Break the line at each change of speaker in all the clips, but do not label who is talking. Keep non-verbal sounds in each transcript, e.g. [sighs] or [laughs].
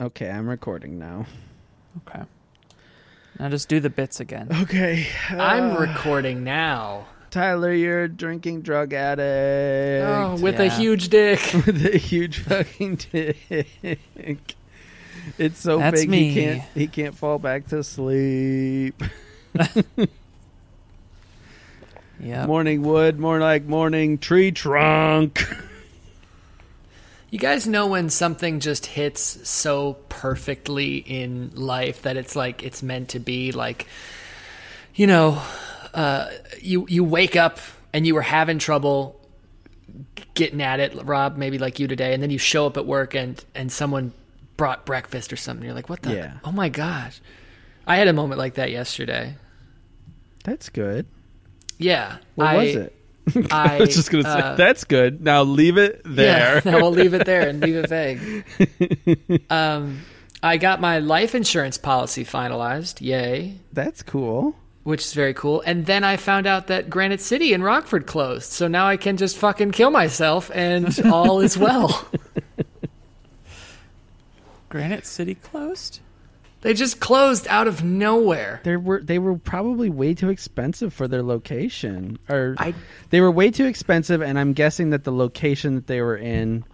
Okay, I'm recording now. [laughs]
Okay. Now just do the bits again.
[laughs] Okay. uh,
I'm
Ah.
recording now.
Tyler, you're a drinking drug addict.
Oh, with a
yeah.
huge dick.
[laughs] With a huge fucking dick. It's so
That's
big
me.
he can't he can't fall back to sleep.
Yeah.
Morning wood, more like morning tree trunk.
You guys know when something just hits so perfectly in life that it's like it's meant to be like you know, uh you you wake up and you were having trouble getting at it, Rob, maybe like you today, and then you show up at work and and someone brought breakfast or something. You're like, "What the?
Yeah.
Oh my gosh." I had a moment like that yesterday.
That's good.
Yeah.
What
I,
was it? [laughs]
I,
I was just gonna
uh,
say that's good. Now leave it there.
Yeah, [laughs] now we'll leave it there and leave it vague. um, I got my life insurance policy finalized, yay,
That's cool.
which is very cool. And then I found out that Granite City in Rockford closed, so now I can just fucking kill myself and all is well.
Granite City closed?
They just closed out of nowhere.
They were they were probably way too expensive for their location, or
I-
they were way too expensive. And I'm guessing that the location that they were in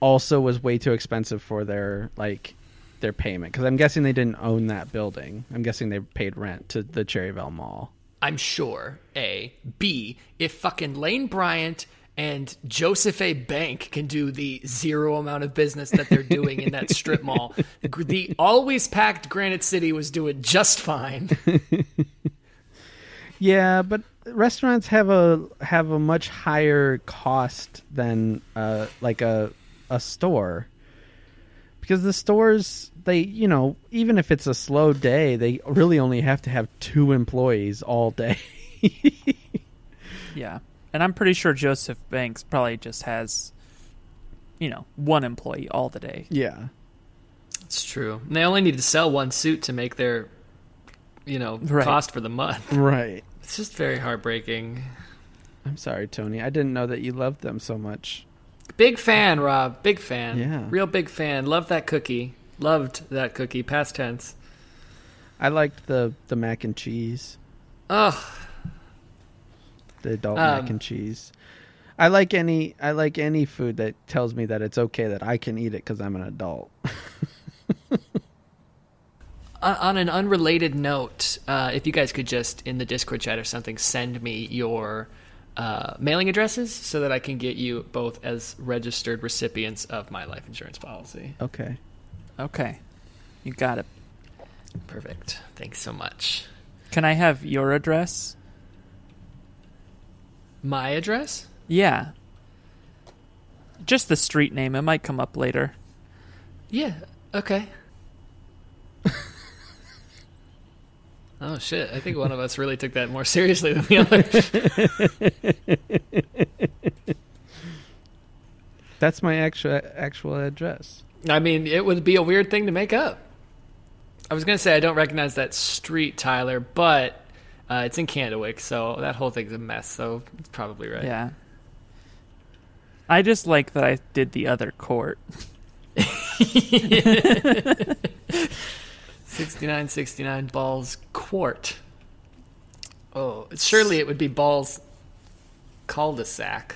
also was way too expensive for their like their payment because I'm guessing they didn't own that building. I'm guessing they paid rent to the Cherryvale Mall.
I'm sure. A. B. If fucking Lane Bryant and Joseph A. Bank can do the zero amount of business that they're doing in that strip [laughs] mall, the always packed Granite City was doing just fine.
Yeah, but restaurants have a have a much higher cost than uh, like a a store because the stores they you know even if it's a slow day they really only have to have two employees all day. [laughs]
Yeah. And I'm pretty sure Joseph Banks probably just has you know, one employee all the day.
Yeah,
It's true. And they only need to sell one suit to make their, you know,
Right.
cost for the month.
right.
It's just very heartbreaking.
I'm sorry, Tony. I didn't know that you loved them so much.
Big fan, Rob. Big fan.
Yeah.
Real big fan. Love that cookie. Loved that cookie. Past tense.
I liked the the mac and cheese,
Ugh.
the adult
Um,
mac and cheese. I like any I like any food that tells me that it's okay that I can eat it because I'm an adult.
on Uh, on an unrelated note, uh, if you guys could just in the Discord chat or something send me your uh, mailing addresses so that I can get you both as registered recipients of my life insurance policy.
Okay.
Okay. You got it.
Perfect. Thanks so much.
Can I have your address?
My address?
Yeah. Just the street name. It might come up later.
Yeah. Okay. oh shit! I think one of us really took that more seriously than the other.
That's my actual actual address.
I mean, it would be a weird thing to make up. I was going to say I don't recognize that street, Tyler, but uh, it's in Candlewick, so that whole thing's a mess. So it's probably right.
Yeah. I just like that I did the other court.
sixty-nine, sixty-nine balls quart. Oh, surely it would be balls cul-de-sac.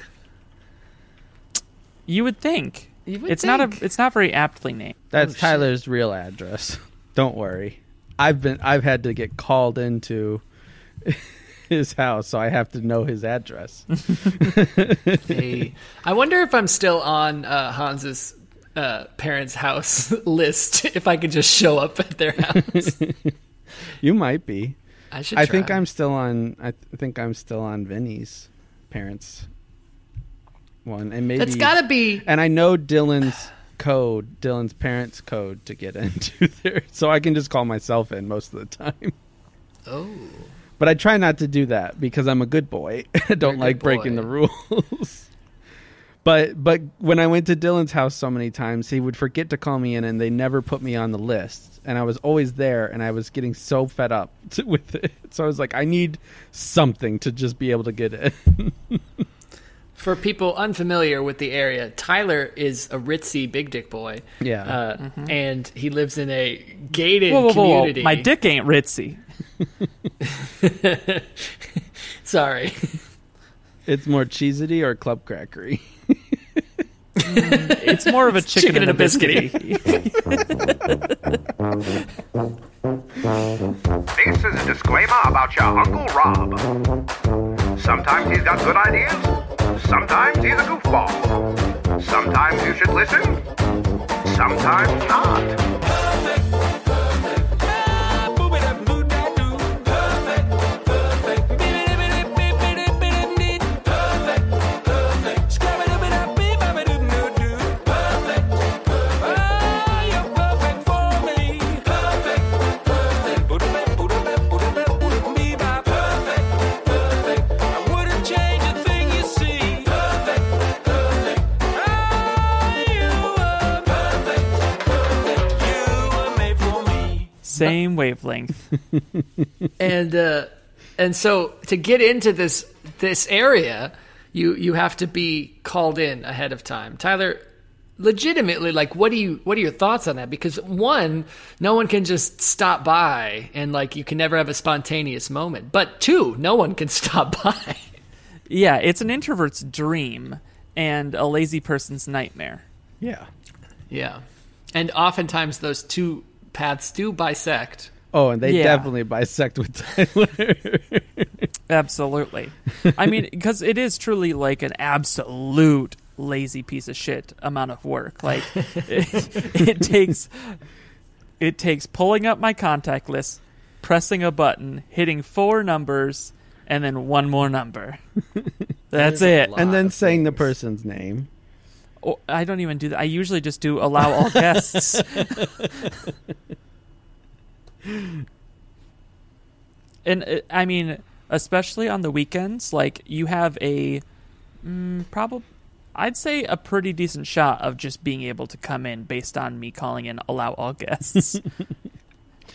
You would think.
You would
it's not
think.
a it's not very aptly named.
That's
Oh, shit.
Tyler's real address. [laughs] Don't worry. I've been I've had to get called into [laughs] his house, so I have to know his address. [laughs]
Hey. I wonder if I'm still on uh, Hans's uh, parents' house [laughs] list. If I could just show up at their house,
you might be.
I should.
I think
try.
I'm still on I th- think I'm still on Vinny's parents one and maybe
That's got to be
And I know Dylan's code, Dylan's parents code to get [laughs] into there. So I can just call myself in most of the time.
oh.
But I try not to do that because I'm a good boy. [laughs] I
You're a
don't
good
like breaking
boy.
the rules. [laughs] but but when I went to Dylan's house so many times, he would forget to call me in and they never put me on the list. And I was always there and I was getting so fed up [laughs] to, with it. So I was like I need something to just be able to get in.
for people unfamiliar with the area, Tyler is a ritzy big dick boy.
Yeah.
Uh, And he lives in a gated
Whoa, whoa, whoa, whoa.
community.
My dick ain't ritzy.
[laughs] Sorry.
[laughs] It's more cheesity or club crackery. [laughs]
It's more of a chicken,
chicken
and
and
a
a
biscuity.
This is a disclaimer about your Uncle Rob. Sometimes he's got good ideas, sometimes he's a goofball. Sometimes you should listen, sometimes not.
[laughs] Same wavelength.
and uh, and so to get into this this area, you you have to be called in ahead of time. Tyler, legitimately, like, what do you what are your thoughts on that? Because one, no one can just stop by, and like, you can never have a spontaneous moment. But two, no one can [laughs] stop by.
Yeah, it's an introvert's dream and a lazy person's nightmare.
Yeah.
yeah, and oftentimes those two paths do bisect.
Oh, and they
Yeah.
definitely bisect with Tyler.
Absolutely. I mean, [laughs] because it is truly like an absolute lazy piece of shit amount of work. Like [laughs] it, it takes it takes pulling up my contact list, pressing a button, hitting four numbers, and then one more [laughs] number. That's it.
and then
Lot
saying the person's name.
Oh, I don't even do that. I usually just do allow all guests. and uh, I mean, especially on the weekends, like you have a mm, probably, I'd say a pretty decent shot of just being able to come in based on me calling in allow all guests.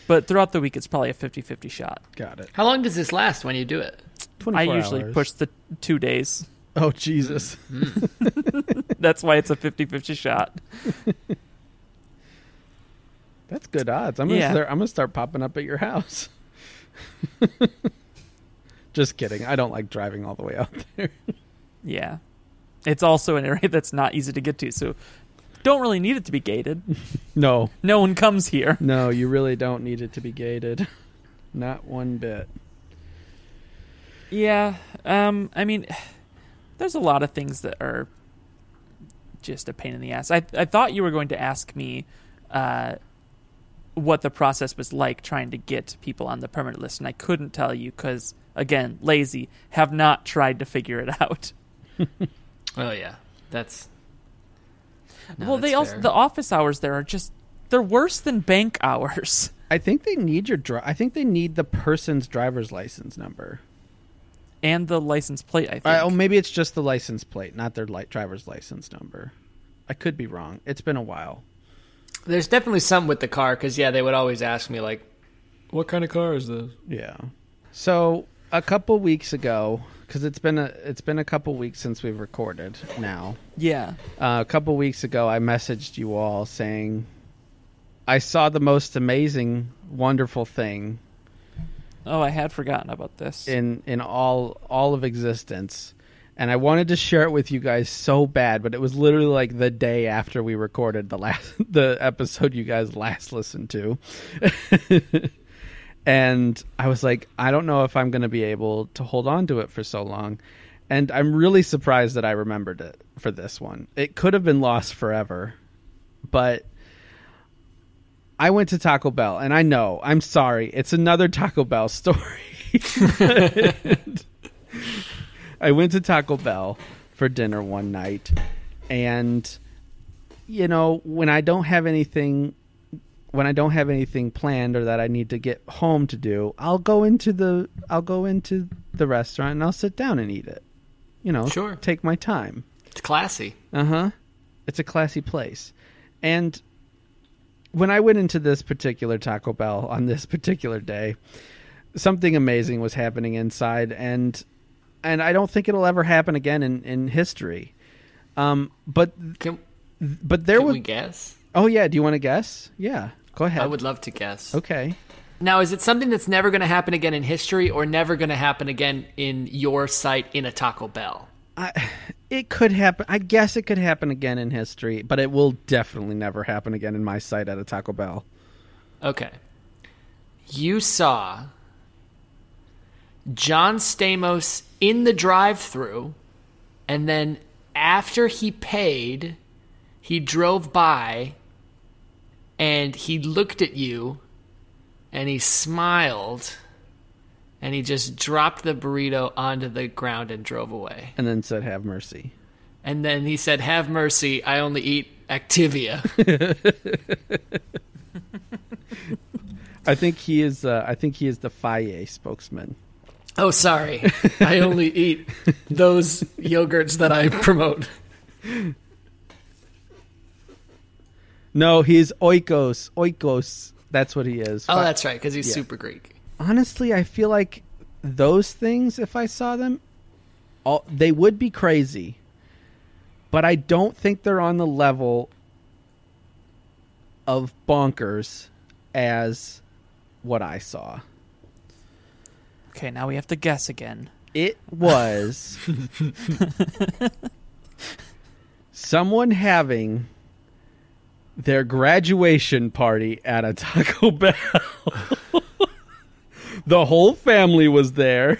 but throughout the week, it's probably a 50 50 shot.
Got it.
How long does this last when you do it?
I
24
usually
hours.
push the two days.
Oh, Jesus.
That's why it's a 50 50 shot.
That's good odds. I'm gonna
Yeah.
start. I'm gonna start popping up at your house. [laughs] Just kidding. I don't like driving all the way out there.
Yeah. It's also an area [laughs] that's not easy to get to, so don't really need it to be gated.
No,
No one comes here.
no, you really don't need it to be gated. Not one bit.
Yeah. Um I mean there's a lot of things that are just a pain in the ass. I I thought you were going to ask me uh what the process was like trying to get people on the permanent list and I couldn't tell you cuz again, lazy, have not tried to figure it out.
Oh yeah, that's. No,
well, they
that's
also
fair.
the office hours there are just they're worse than bank [laughs] hours.
I think they need your. Dri- I think they need the person's driver's license number.
And the license plate, I think.
Uh, oh, maybe it's just the license plate, not their li- driver's license number. I could be wrong. It's been a while.
There's definitely some with the car because yeah, they would always ask me like, "What kind of car is this?"
Yeah. So a couple weeks ago, because it's been a it's been a couple weeks since we've recorded now.
Yeah.
Uh, a couple weeks ago, I messaged you all saying I saw the most amazing, wonderful thing
Oh, I had forgotten about this.
in in all all of existence, and I wanted to share it with you guys so bad, but it was literally like the day after we recorded the last [laughs] the episode you guys last listened to. [laughs] and I was like, I don't know if I'm going to be able to hold on to it for so long. And I'm really surprised that I remembered it for this one. It could have been lost forever, but I went to Taco Bell, and I know, I'm sorry, it's another Taco Bell [laughs] story. I went to Taco Bell for dinner one night, and you know, when I don't have anything when I don't have anything planned or that I need to get home to do, I'll go into the I'll go into the restaurant and I'll sit down and eat it. You know,
Sure.
take my time.
It's classy.
Uh huh. It's a classy place. And when I went into this particular Taco Bell on this particular day, something amazing was happening inside, and and I don't think it'll ever happen again in in history. Um, but
Can,
but there
can we
would.
guess?
Oh yeah, do you want to guess? Yeah, go ahead.
I would love to guess.
Okay.
Now, is it something that's never going to happen again in history, or never going to happen again in your site in a Taco Bell?
I, it could happen. I guess it could happen again in history, but it will definitely never happen again in my sight at a Taco Bell.
Okay. You saw John Stamos in the drive thru, and then after he paid, he drove by and he looked at you and he smiled and he just dropped the burrito onto the ground and drove away.
And then said, "Have mercy."
And then he said, Have mercy, I only eat Activia. [laughs]
I think he is. Uh, I think he is the FIA spokesman.
Oh, sorry. [laughs] I only eat those yogurts that I promote.
No, he's Oikos. Oikos. That's what he is.
Oh,
Fi-
that's right, because he's
Yeah.
super Greek.
honestly, I feel like those things, if I saw them, all, they would be crazy. But I don't think they're on the level of bonkers as what I saw.
Okay, now we have to guess again.
It was someone having their graduation party at a Taco [laughs] Bell. the whole family was there.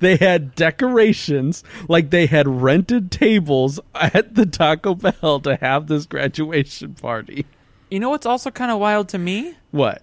They had decorations, like they had rented tables at the Taco Bell to have this graduation party.
You know what's also kind of wild to me?
What?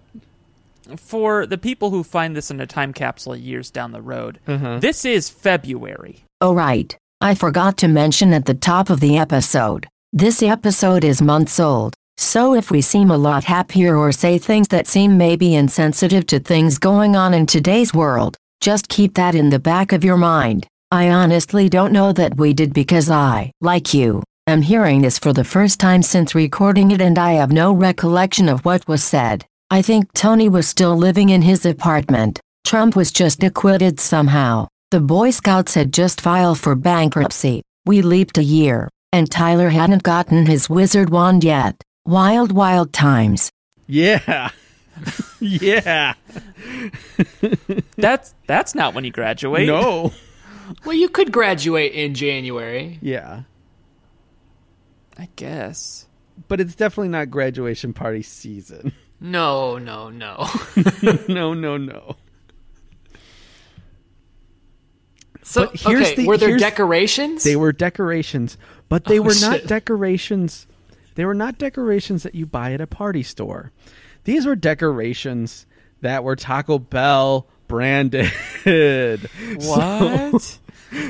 For the people who find this in a time capsule years down the road,
Mm-hmm.
this is February.
Oh, right. I forgot to mention at the top of the episode. This episode is months old. So if we seem a lot happier or say things that seem maybe insensitive to things going on in today's world, just keep that in the back of your mind. I honestly don't know that we did because I, like you, am hearing this for the first time since recording it and I have no recollection of what was said. I think Tony was still living in his apartment. Trump was just acquitted somehow. The Boy Scouts had just filed for bankruptcy. We leaped a year, and Tyler hadn't gotten his wizard wand yet. Wild, wild times.
Yeah. [laughs] yeah.
That's that's not when you graduate.
No.
Well, you could graduate in January.
Yeah.
I guess.
But it's definitely not graduation party season.
No, no, no. [laughs]
no, no, no.
So,
But here's
okay,
the-
were there
here's-
decorations?
They were decorations, but they
Oh,
were not
shit.
decorations. They were not decorations that you buy at a party store. These were decorations that were Taco Bell [laughs] branded.
What?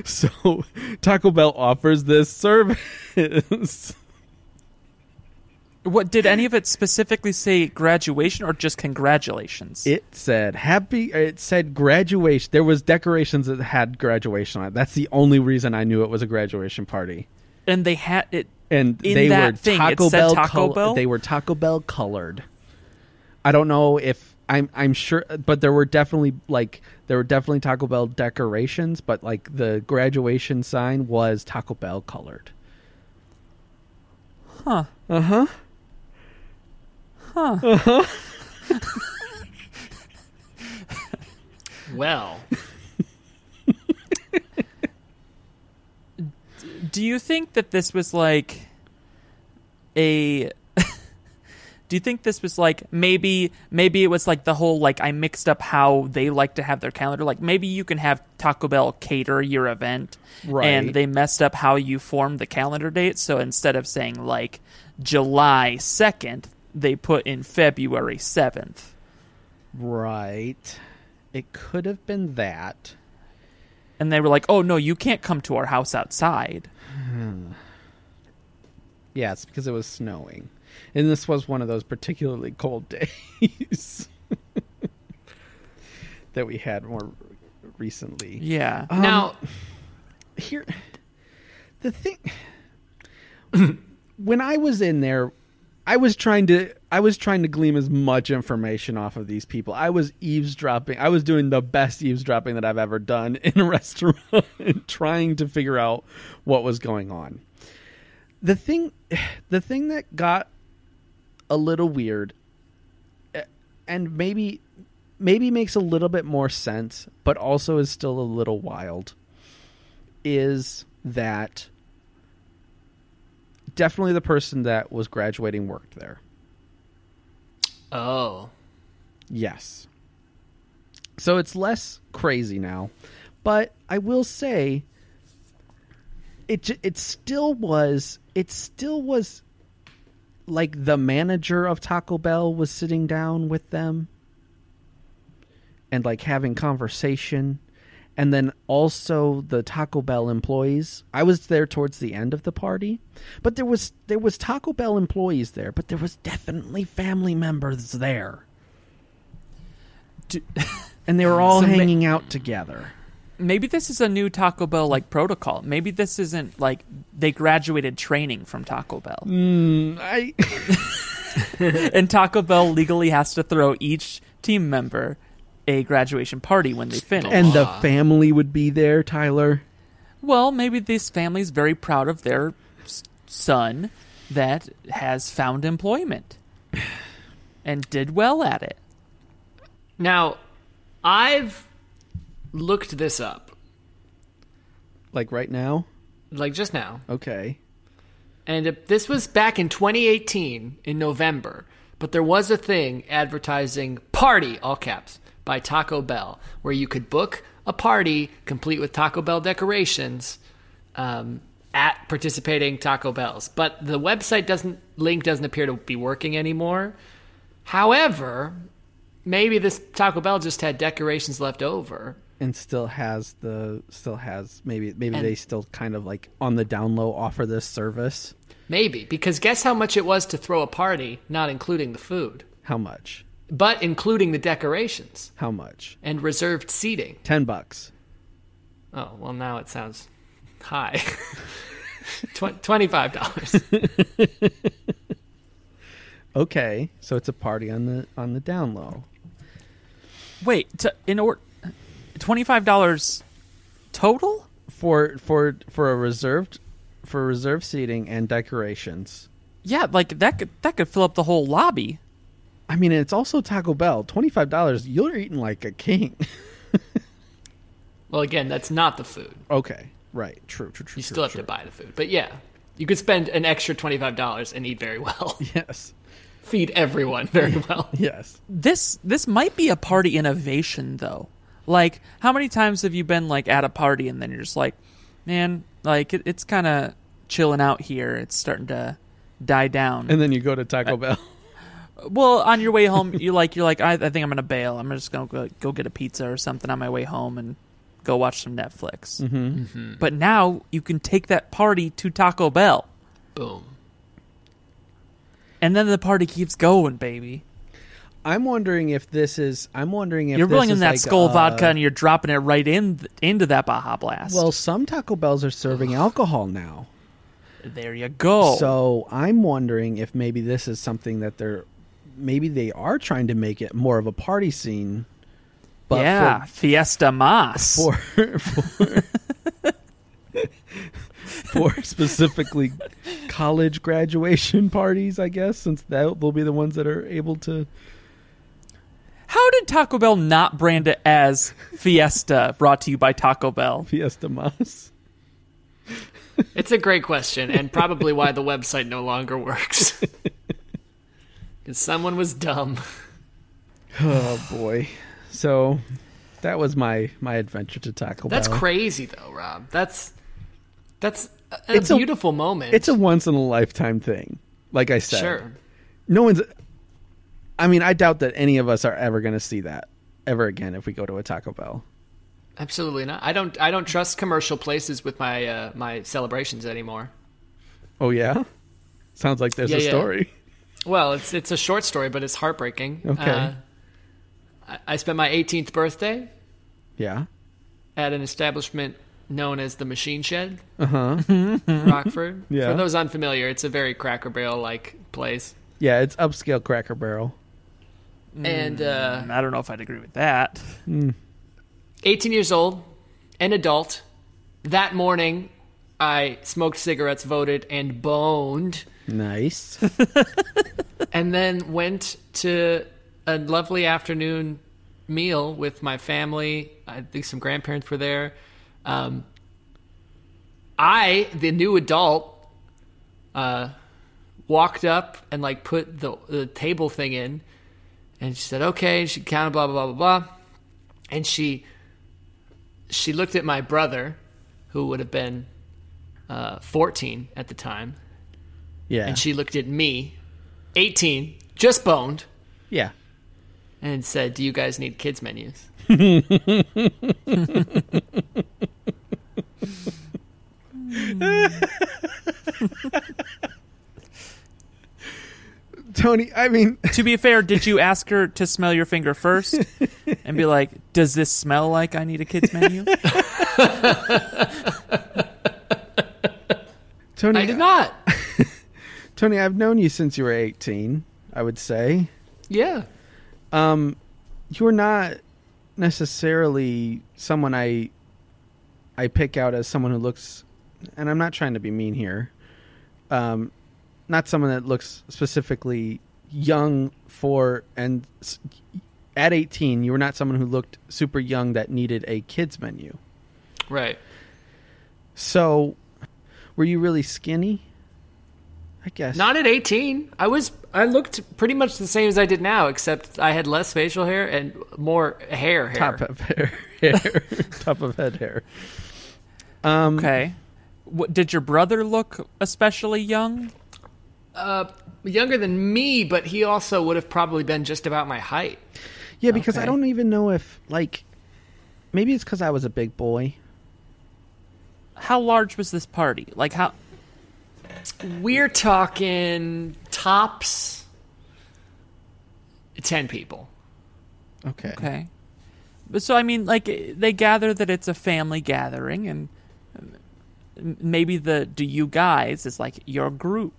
So Taco Bell offers this service.
[laughs] What did any of it specifically say? Graduation or just congratulations?
It said happy. It said graduation. There was decorations that had graduation on it. That's the only reason I knew it was a graduation party.
and they had it.
and
in
they
that
were
thing,
Taco
it said
Bell.
Taco
col-
Bell.
They were Taco Bell colored. I don't know if I'm. I'm sure, but there were definitely like there were definitely Taco Bell decorations, but like the graduation sign was Taco Bell colored.
Huh.
Uh huh.
well,
Do you think that this was like a? [laughs] do you think this was like maybe maybe it was like the whole like I mixed up how they like to have their calendar. Like maybe you can have Taco Bell cater your event,
Right.
and they messed up how you formed the calendar date. So instead of saying like July second, they put in February seventh.
Right. It could have been that.
and they were like, "Oh no, you can't come to our house outside."
Yes, because it was snowing, and this was one of those particularly cold [laughs] days [laughs] that we had more recently.
Yeah,
now,
here the thing when i was in there I was trying to I was trying to glean as much information off of these people. I was eavesdropping. I was doing the best eavesdropping that I've ever done [laughs] in a restaurant, trying to figure out what was going on. The thing, the thing that got a little weird, eh, and maybe maybe makes a little bit more sense, but also is still a little wild, is that definitely the person that was graduating worked there.
Oh.
Yes. So it's less crazy now, but I will say it j- it still was it still was like the manager of Taco Bell was sitting down with them and like having conversation and then also the Taco Bell employees. I was there towards the end of the party, but there was there was Taco Bell employees there, but there was definitely family members there
Do-
and they were all
So ma-
hanging out together.
maybe this is a new Taco Bell like protocol. Maybe this isn't like they graduated training from Taco Bell.
I
And Taco Bell legally has to throw each team member a graduation party when they finish.
and the family would be there, Tyler.
well, maybe this family's very proud of their s- son that has found employment [sighs] and did well at it.
Now, I've looked this up,
Like right now.
like just now,
Okay.
and it, this was back in 2018 in November, but there was a thing advertising party, all caps, by Taco Bell, where you could book a party complete with Taco Bell decorations um, at participating Taco Bells. But the website doesn't, link doesn't appear to be working anymore. However, maybe this Taco Bell just had decorations left over.
And still has the still has maybe maybe
And-
they still kind of like on the down low offer this service.
Maybe, because guess how much it was to throw a party, not including the food,
How much?
but including the decorations
How much?
and reserved seating.
Ten bucks.
Oh, well, now it sounds high. [laughs] Tw- $25.
Okay, so it's a party on the on the down low.
Wait, to, in order, twenty-five dollars total?
For for for a reserved for reserved seating and decorations.
Yeah, like that could that could fill up the whole lobby.
I mean it's also Taco Bell. Twenty five dollars, you're eating like a king. [laughs]
well, again, that's not the food.
okay. Right. True, true, true.
You still have to buy the food. But yeah, you could spend an extra $25 and eat
[laughs]
very well,
Yes.
feed everyone very well.
Yes.
this this might be a party innovation though. Like, how many times have you been like at a party and then you're just like, man, like it, it's kind of chilling out here. It's starting to die down.
And then you go to Taco Bell.
well, on your way home, you like you're like, I, I think I'm gonna bail. I'm just gonna go, go get a pizza or something on my way home and go watch some Netflix. Mm-hmm. But now you can take that party to Taco Bell,
Boom.
and then the party keeps going, baby.
[laughs] I'm wondering if this is. I'm wondering if
You're
this
rolling in
is
that
like,
skull
uh,
vodka and you're dropping it right in th- into that Baja Blast.
Well, some Taco Bells are serving alcohol now,
There you go.
so I'm wondering if maybe this is something that they're. Maybe they are trying to make it more of a party scene. But
yeah, Fiesta Mas.
For for for, [laughs]
[laughs]
for specifically college graduation parties, I guess, since that will be the ones that are able to.
How did Taco Bell not brand it as Fiesta brought to you by Taco Bell?
Fiesta Mas.
It's a great question, and probably why the website no longer
[laughs]
works. Because someone was dumb.
Oh boy. So that was my my adventure to Taco
That's
Bell.
crazy, though, Rob. That's that's a, a
It's a-
beautiful moment.
It's a once in a lifetime thing. Like I said.
sure.
No one's I mean, I doubt that any of us are ever going to see that ever again if we go to a Taco Bell.
Absolutely not. I don't. I don't trust commercial places with my uh, my celebrations anymore.
Oh yeah. Sounds like there's
Yeah,
a
yeah.
story.
Well, it's it's a short story, but it's heartbreaking.
Okay.
Uh, I, I spent my 18th birthday
Yeah.
at an establishment known as the Machine Shed, uh-huh. [laughs] Rockford.
Yeah.
For those unfamiliar, it's a very Cracker Barrel like place.
Yeah, it's upscale Cracker Barrel. Mm.
and uh,
I don't know if I'd agree with that.
18 years old, an adult. That morning, I smoked cigarettes, voted, and boned, [laughs]
Nice.
and then went to a lovely afternoon meal with my family. I think some grandparents were there. Um, I, the new adult, uh, walked up and like put the, the table thing in, and she said, "Okay." She counted, blah blah blah blah blah, and she she looked at my brother, who would have been uh, 14 at the time,
Yeah.
and she looked at me, 18, just boned,
yeah.
and said, "Do you guys need kids menus?"
Tony, I mean, [laughs]
to be fair, did you ask her to smell your finger first and be like, "Does this smell like I need a kids menu?"
[laughs] Tony,
I did not.
Tony, I've known you since you were 18, I would say.
[laughs] Yeah.
You're not necessarily someone I I pick out as someone who looks and I'm not trying to be mean here. Um not someone that looks specifically young for and s- at 18, you were not someone who looked super young that needed a kids menu.
Right.
So, were you really skinny? I guess.
Not at 18. I was I looked pretty much the same as I did now except I had less facial hair and more hair hair.
top of [laughs] hair, hair top of head hair. Um,
Okay. What, did your brother look especially young?
Younger than me, but he also would have probably been just about my height.
Yeah, because I
Okay.
don't even know if like maybe it's because I was a big boy.
How large was this party? Like how?
We're talking tops 10 people.
Okay.
Okay. But so I mean, like they gather that it's a family gathering, and um, maybe the "do you guys" is like your group.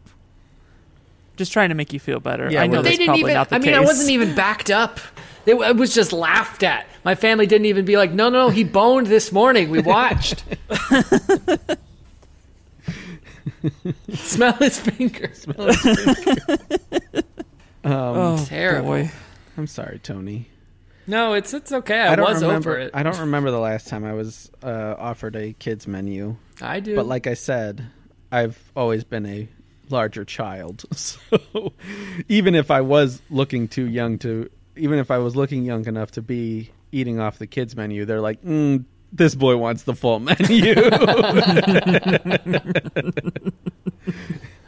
Just trying to make you feel better.
Yeah,
I know
well,
they
that's
didn't
probably
even
not the
I mean I
case.
wasn't even backed up. They, I was just laughed at. My family didn't even be like, "No, no, no, he boned this morning. We [laughs] watched." Smell his fingers.
oh,
Terrible.
boy.
I'm sorry, Tony.
No, it's it's okay. I,
don't
was
remember.
over it.
I don't remember the last time I was uh, offered a kids menu.
I do.
But like I said, I've always been a larger child. [laughs] So even if I was looking too young to, even if I was looking young enough to be eating off the kids menu, they're like, mm, this boy wants the full [laughs] menu.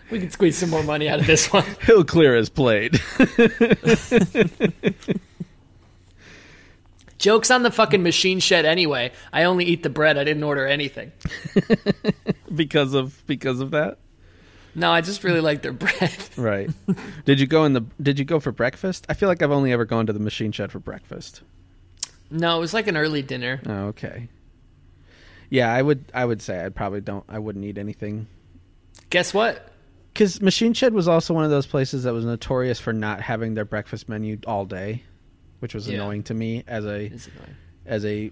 we can squeeze some more money out of this one.
He'll clear his plate.
[laughs]
[laughs]
Jokes on the fucking machine shed. Anyway, I only eat the bread. I didn't order anything.
because of because of that.
No, I just really like their bread.
Right. [laughs] did you go in the did you go for breakfast? I feel like I've only ever gone to the machine shed for breakfast.
[laughs] No, it was like an early dinner.
Oh, okay. Yeah, I would I would say I probably don't I wouldn't eat anything.
Guess what?
Cuz Machine Shed was also one of those places that was notorious for not having their breakfast menu all day, which was
Yeah.
annoying to me as a
It's annoying.
as a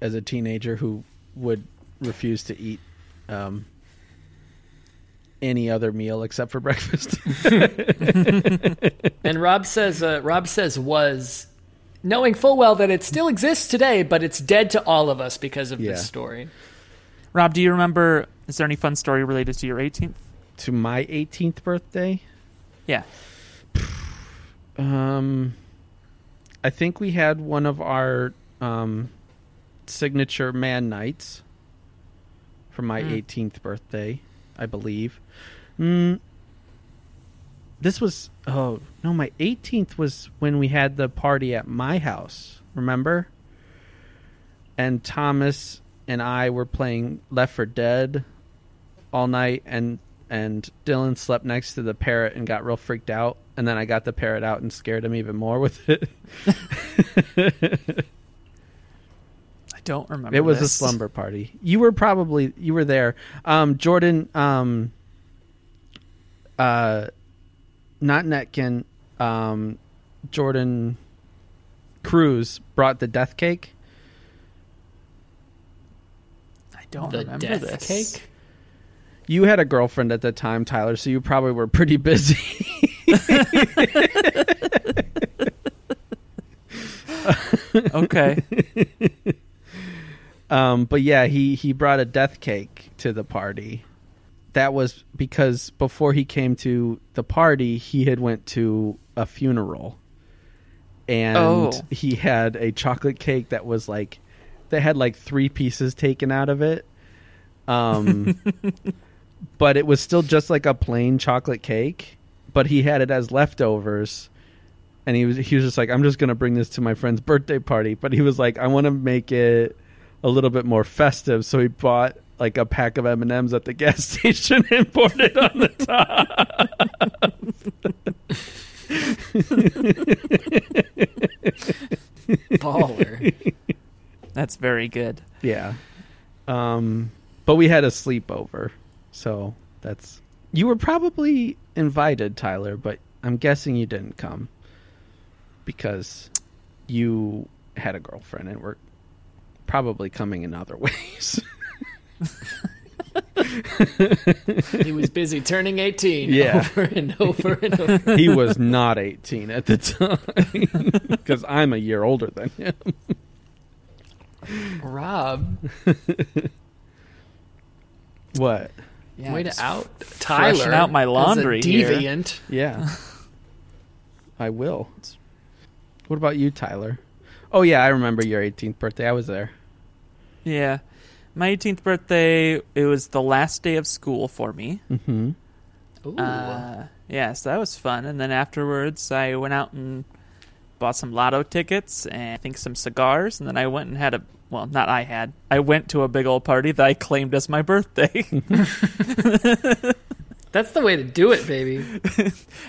as a teenager who would refuse to eat um any other meal except for [laughs] breakfast.
And Rob says, uh, Rob says was knowing full well that it still exists today, but it's dead to all of us because of
Yeah.
this story.
Rob, do you remember? Is there any fun story related to your 18th?
to my 18th birthday,
Yeah.
Um, I think we had one of our um, signature man nights for my 18th birthday, I believe. Mm, this was oh no, my 18th was when we had the party at my house. Remember? And Thomas and I were playing Left for Dead all night and and Dylan slept next to the parrot and got real freaked out and then I got the parrot out and scared him even more [laughs] with it.
I don't remember.
It was a
this.
slumber party. You were probably you were there. Um Jordan um uh not Netkin, um, Jordan Cruz brought the death cake.
I don't
The
remember
death
this.
cake?
You had a girlfriend at the time, Tyler, so you probably were pretty [laughs] busy.
[laughs]
[laughs]
Okay.
Um, but yeah, he he brought a death cake to the party. That was because before he came to the party, he had went to a funeral, and
Oh.
he had a chocolate cake that was like they had like three pieces taken out of it. Um, but it was still just like a plain chocolate cake. But he had it as leftovers, and he was he was just like, I'm just gonna bring this to my friend's birthday party. But he was like, I want to make it a little bit more festive, so he bought like a pack of M and M's at the [laughs] gas station and poured it on the top.
Baller.
That's very good.
Yeah. Um, but we had a sleepover, so that's you were probably invited, Tyler, but I'm guessing you didn't come because you had a girlfriend and were probably coming in other [laughs] ways.
he was busy turning 18
Yeah.
over and over and over.
he was not 18 at the time [laughs] because I'm a year older than him.
Rob,
What?
Yeah,
way
just
to out Tyler.
out my
as a
laundry here.
deviant.
Yeah. I will. What about you, Tyler? Oh yeah, I remember your 18th birthday. I was there.
Yeah. My 18th birthday, it was the last day of school for me.
Ooh.
Uh, yeah, so that was fun. And then afterwards, I went out and bought some lotto tickets and I think some cigars. And then I went and had a well, not I had. I went to a big old party that I claimed as
[laughs]
my birthday. [laughs]
That's the way to do it, baby.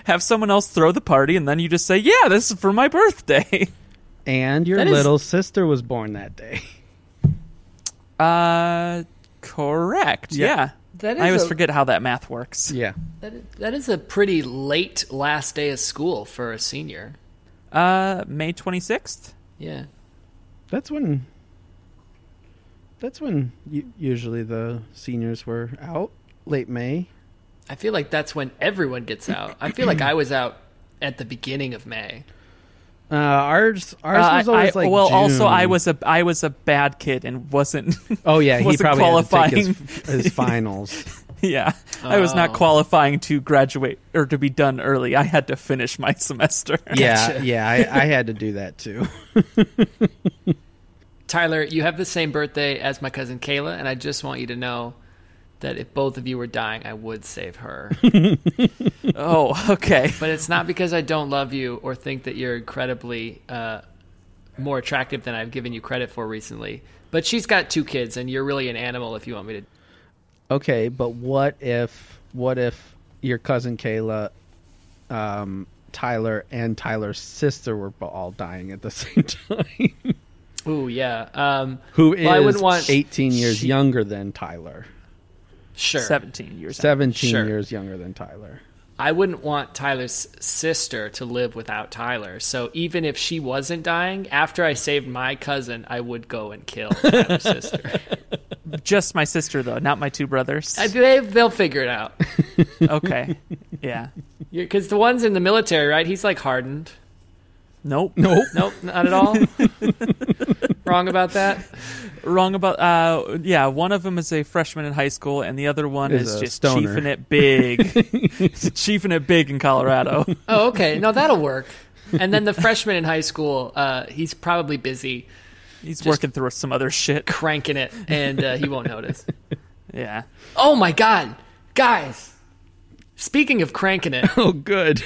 Have someone else throw the party, and then you just say, "Yeah, this is for my birthday." [laughs]
And your
That is-
little sister was born that day. [laughs]
Uh, correct.
Yeah.
Yeah.
That is
I always
a-
forget how that math works.
yeah.
That is, that is a pretty late last day of school for a senior.
Uh, May 26th?
Yeah.
That's when That's when u- usually the seniors were out late May.
I feel like that's when everyone gets out. I feel like I was out at the beginning of May.
Uh, ours ours
Uh,
was always
I-
like
well, also
June.
I was a I was a bad kid and wasn't.
Oh yeah, he
[laughs] wasn't
probably
qualifying.
had to take his,
[laughs]
his finals.
yeah, I was not
Oh.
qualifying to graduate or to be done early. I had to finish my [laughs] semester.
[laughs] yeah, yeah, I, I had to do that too. [laughs]
Tyler, you have the same birthday as my cousin Kayla, and I just want you to know that if both of you were dying, I would
[laughs]
save her.
[laughs] Oh,
[laughs]
okay.
but it's not because I don't love you or think that you're incredibly uh, more attractive than I've given you credit for recently. But she's got two kids, and you're really an animal if you want me to.
Okay, but what if what if your cousin Kayla, um, Tyler, and Tyler's sister were all dying at the [laughs] same time?
Ooh, yeah. Um,
Who is
well, I wouldn't want
18 years
she-
younger than Tyler,
Sure.
Seventeen years. old.
17
Sure.
years younger than Tyler.
I wouldn't want Tyler's sister to live without Tyler. So even if she wasn't dying, after I saved my cousin, I would go and kill Tyler's sister.
Just my sister though, not my two brothers.
I- They, they'll figure it out. [laughs]
okay. Yeah.
Because the one's in the military, right? He's like hardened.
Nope. Nope.
Nope, not at all. Wrong about that.
Wrong about. Uh, yeah. One of them is a freshman in high school, and the other one
Is
is,
a
just
stoner.
chiefing
[laughs]
it big, [laughs] chiefing it big in Colorado.
Oh, okay. No, that'll work. And then the freshman in high school, uh, he's probably busy
He's working through some other shit.
cranking it, and uh, he won't notice.
Yeah.
Oh my god, guys! Speaking of cranking it, uh,
Oh, good.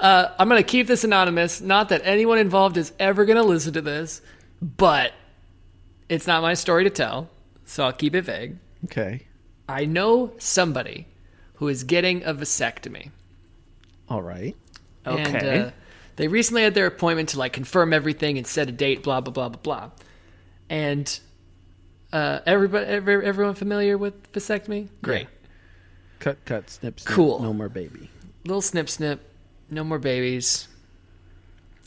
I'm going to keep this anonymous. Not that anyone involved is ever going to listen to this, but it's not my story to tell, so I'll keep it vague.
okay.
I know somebody who is getting a vasectomy.
All right.
Okay.
And, uh, they recently had their appointment to like confirm everything and set a date, blah blah blah blah blah. And uh, everybody, every, everyone familiar with vasectomy? Great.
Cut, cut, snip, snip.
Cool.
No more baby.
Little snip snip. No more babies.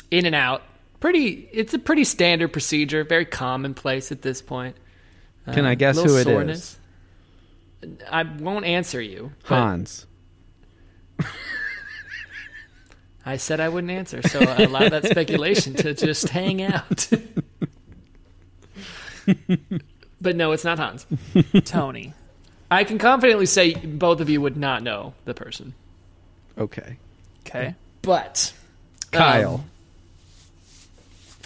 In and out. Pretty. It's a pretty standard procedure. Very commonplace at this point.
Can I guess
Uh, Little
who it is?
soreness. I won't answer you. but
Hans.
I said I wouldn't answer, so I allow that speculation to just hang out. but no, it's not Hans.
Tony.
I can confidently say both of you would not know the person.
Okay.
Okay.
But
Kyle.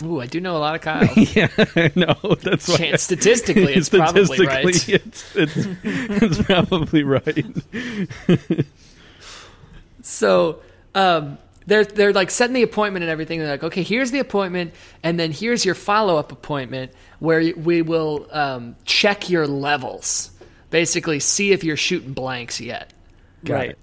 Um, ooh, I do know a lot of Kyle.
[laughs] yeah, no, [laughs] that's why.
Chance statistically,
[laughs]
it's probably right.
it's, it's, [laughs] it's probably right.
So um, they're they're like setting the appointment and everything. They're like, okay, here's the appointment, and then here's your follow up appointment where y- we will um, check your levels, basically see if you're shooting blanks yet.
Got it.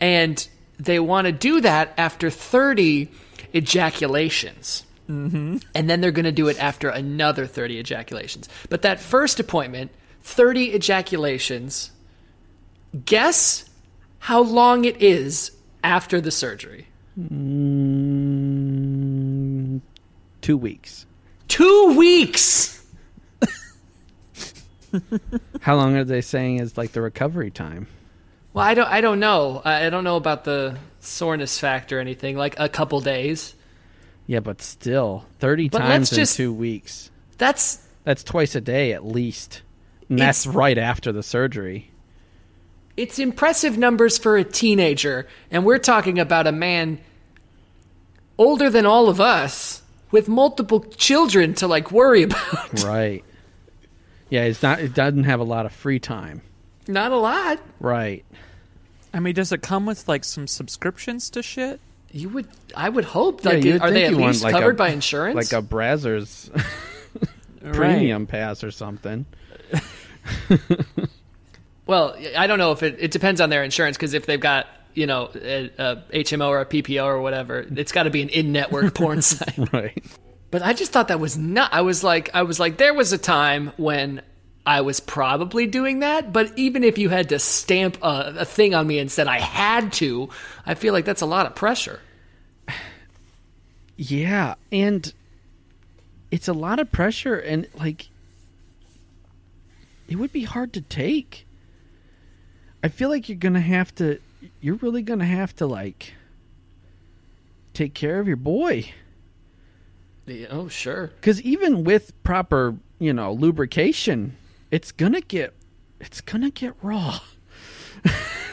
And they want to do that after 30 ejaculations. Mm-hmm. And then they're going to do it after another 30 ejaculations. But that first appointment, 30 ejaculations, guess how long it is after the surgery?
Mm, two weeks.
Two weeks!
How long are they saying is like the recovery time?
Well, I don't, I don't know. I I don't know about the soreness factor or anything, like a couple days.
Yeah, but still, thirty
But
times
let's
in
just-
two weeks.
That's
That's twice a day at least. And that's
It's-
right after the surgery.
It's impressive numbers for a teenager, and we're talking about a man older than all of us with multiple children to like worry [laughs] about.
Right. [laughs] Yeah, it's not. It doesn't have a lot of free time.
Not a lot.
Right.
I mean, does it come with like some subscriptions to shit?
You would, I would hope.
Yeah,
Like,
you'd
are
think
they at
you want,
least
like,
covered
a-
by insurance?
Like a Brazzers [laughs]
Right.
premium pass or something. [laughs]
well, I don't know if it. It depends on their insurance because if they've got you know a, a HMO or a PPO or whatever, it's got to be an in-network porn site.
Right.
But I just thought that was not. I was like, I was like, there was a time when I was probably doing that. But even if you had to stamp a, a thing on me and said I had to, I feel like that's a lot of pressure.
Yeah, and it's a lot of pressure, and like, it would be hard to take. I feel like you're gonna have to. You're really gonna have to like take care of your boy,
Yeah, Oh, sure.
because even with proper, you know, lubrication, it's gonna get, it's gonna get raw. [laughs]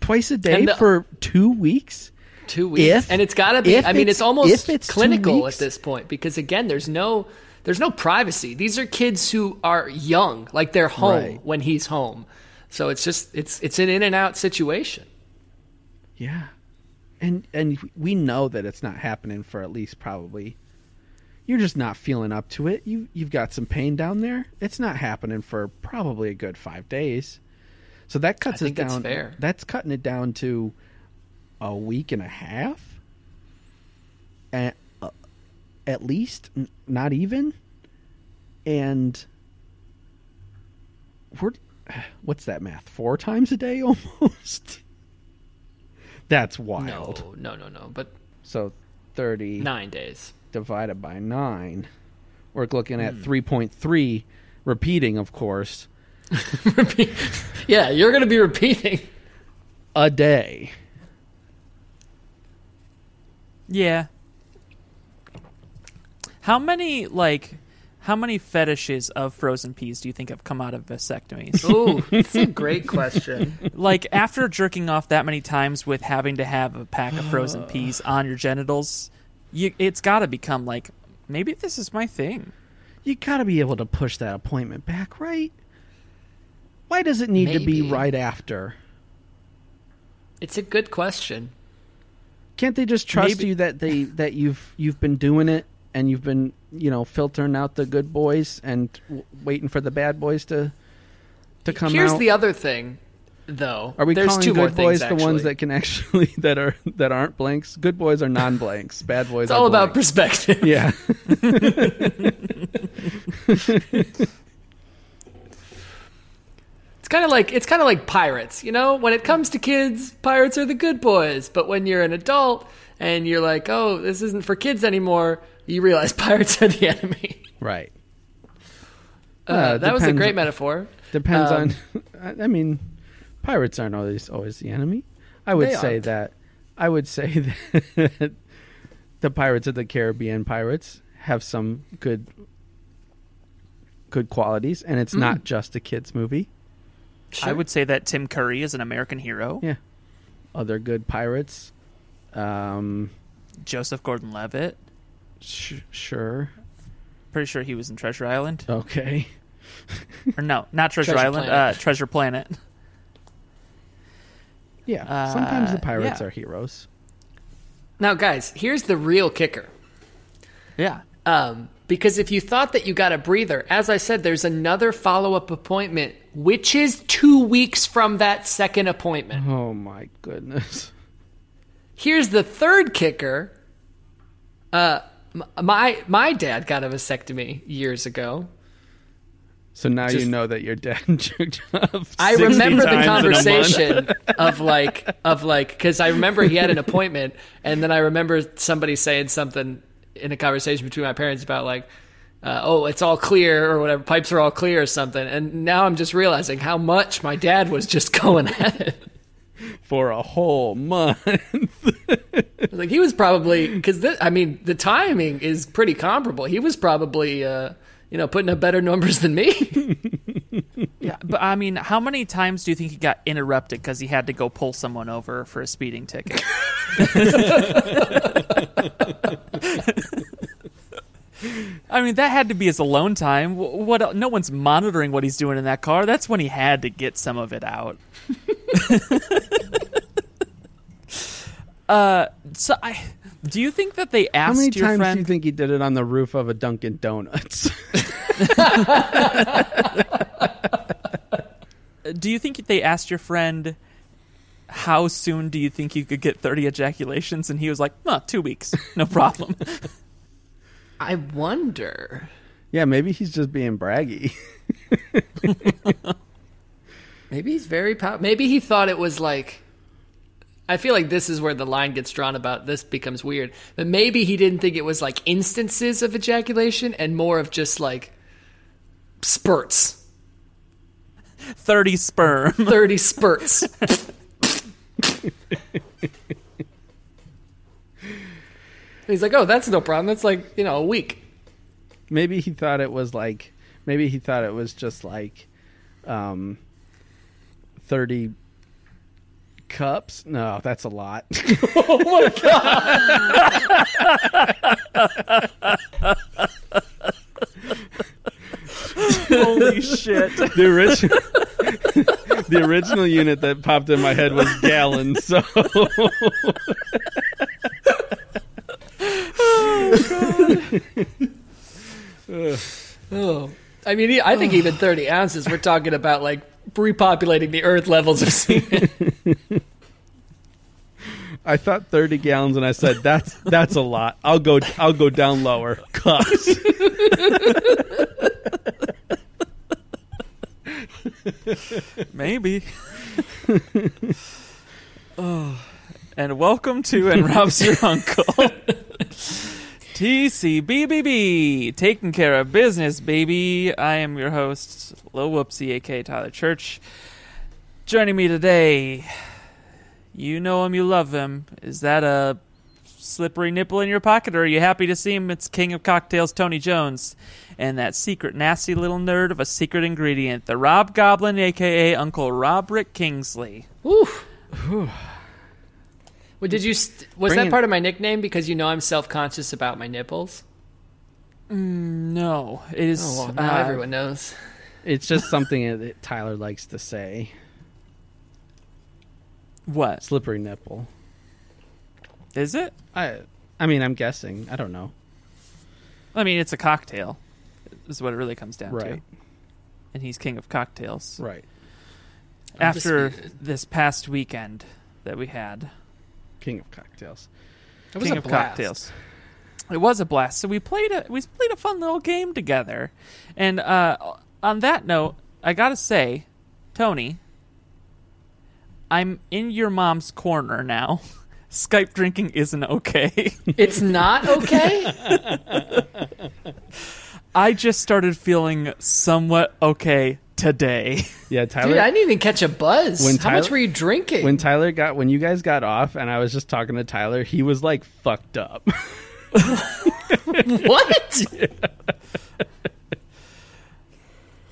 Twice a day
And the-
for two weeks.
Two weeks,
If-
and it's got to be.
if
I mean,
it's-
it's,
if
almost
it's two
clinical at
weeks-
this point because again, there's no there's no privacy. These are kids who are young, like they're home
Right.
when he's home. So it's just it's it's an in and out situation.
Yeah. And and we know that it's not happening for at least probably you're just not feeling up to it. You you've got some pain down there. It's not happening for probably a good 5 days. So that cuts
think
it
that's
down
fair.
that's cutting it down to a week and a half. At, uh, at least n- not even and we're [sighs] what's that math? 4 times a day [laughs] almost. That's wild.
No, no, no, no. But
So 30
nine days.
divided by 9. We're looking
Hmm.
at 3.3, repeating, of course,
yeah, you're going to
[laughs]
be repeating.
a day.
Yeah. How many like how many fetishes of frozen peas do you think have come out of
[laughs]
vasectomies?
Ooh, that's a great question.
like after jerking off that many times with having to have a pack of frozen peas on your genitals, you it's got to become like maybe this is my thing.
You got to be able to push that appointment back, right? Why does it need to be
Maybe.
right after?
It's a good question.
Can't they just trust
Maybe-
you that they that you've you've been doing it and you've been, you know, filtering out the good boys and w- waiting for the bad boys to to come
Here's
out?
the other thing, though.
Are we
There's
calling
two
good
more
boys
things,
the ones
actually.
that can [laughs] actually that are that aren't blanks? Good boys are non-blanks. Bad boys.
It's all
are
about
blanks.
perspective.
yeah.
[laughs] It's kind of like it's kind of like pirates, you know. When it comes to kids, pirates are the good boys, but when you're an adult and you're like, oh, this isn't for kids anymore, you realize [laughs] pirates are the enemy.
[laughs] Right.
Uh,
Yeah, it
that was a
depends-
great metaphor.
Depends
Um,
on. [laughs] I I mean, pirates aren't always always the enemy. I would
They
say
aren't.
that. I would say [laughs] that the Pirates of the Caribbean pirates have some good good qualities, and it's
Mm.
not just a kids movie.
I would say that Tim Curry is an American hero.
Yeah, other good pirates. Um,
Joseph Gordon-Levitt.
sh- sure.
Pretty sure he was in Treasure Island.
Okay.
Or no, not Treasure,
Treasure
Island.
Planet.
Uh, Treasure Planet.
Yeah. [laughs] Sometimes the
Uh,
pirates
yeah.
are heroes.
Now, guys, here's the real kicker.
Yeah.
Um, because if you thought that you got a breather, as I said, there's another follow up appointment, which is two weeks from that second appointment.
Oh my goodness. [laughs]
Here's the third kicker. Uh, m- my my dad got a vasectomy years ago.
So now
Just-
you know that your dad jerked off.
I
60
remember the
times in a month.
conversation [laughs] of like of like because I remember he had an appointment, and then I remember somebody saying something in a conversation between my parents about like, uh, oh, it's all clear or whatever, pipes are all clear or something. And now I'm just realizing how much my dad was just [laughs] going at it.
for a whole month. [laughs]
Like he was probably because I mean the timing is pretty comparable. He was probably uh, you know putting up better numbers than me.
Yeah, but I mean, how many times do you think he got interrupted because he had to go pull someone over for a speeding ticket? I mean, that had to be his alone time. Wh- What? el- No one's monitoring what he's doing in that car. That's when he had to get some of it out. uh, so I. Do you think that they asked
How many
your
times
friend?
do you think he did it on the roof of a Dunkin' Donuts? [laughs]
do you think they asked your friend how soon do you think you could get 30 ejaculations and he was like no two weeks no problem
[laughs]
[laughs]
I wonder.
yeah, maybe he's just being braggy. [laughs]
Maybe he's very pow- Maybe he thought it was like. I feel like this is where the line gets drawn about this becomes weird. But maybe he didn't think it was like instances of ejaculation and more of just like spurts,
30 sperm
30 spurts. he's like, oh, that's no problem. That's like, you know, a week.
Maybe he thought it was like maybe he thought it was just like um 30 cups. No, that's a lot. [laughs]
[laughs] holy shit
the original [laughs] The original unit that popped in my head was gallons, so
Oh. I mean, I think even 30 ounces, we're talking about like repopulating the earth levels of semen.
I thought 30 gallons and I said that's that's a lot. I'll go I'll go down lower. Cups.
maybe [laughs] oh and welcome to and rob's your uncle tcbbb taking care of business baby i am your host low whoopsie aka tyler church joining me today you know him you love him is that a slippery nipple in your pocket or are you happy to see him it's king of cocktails tony jones and that secret nasty little nerd of a secret ingredient the rob goblin aka uncle robert kingsley
Oof. Well, did you? St- was
Bring
that
it.
part of my nickname because you know I'm self conscious about my nipples?
no it is
Oh, well, now
uh,
everyone knows.
It's just something that Tyler likes to say.
what
Slippery nipple.
is it
I I mean, I'm guessing. I don't know.
i mean it's a cocktail is what it really comes down
Right.
to and he's king of cocktails
Right.
after this past weekend that we had
King of cocktails.
It was
King
a
of
blast.
Cocktails. It was a blast. So we played a we played a fun little game together, and uh, on that note, I gotta say, Tony, I'm in your mom's corner now. [laughs] Skype drinking isn't [laughs] okay.
It's not okay.
I just started feeling somewhat okay today. [laughs]
Yeah, Tyler.
Dude, I didn't even catch a buzz.
When
How much
Tyler-
were you drinking? [laughs]
when Tyler got when you guys got off and I was just talking to Tyler, he was like fucked up. [laughs]
what?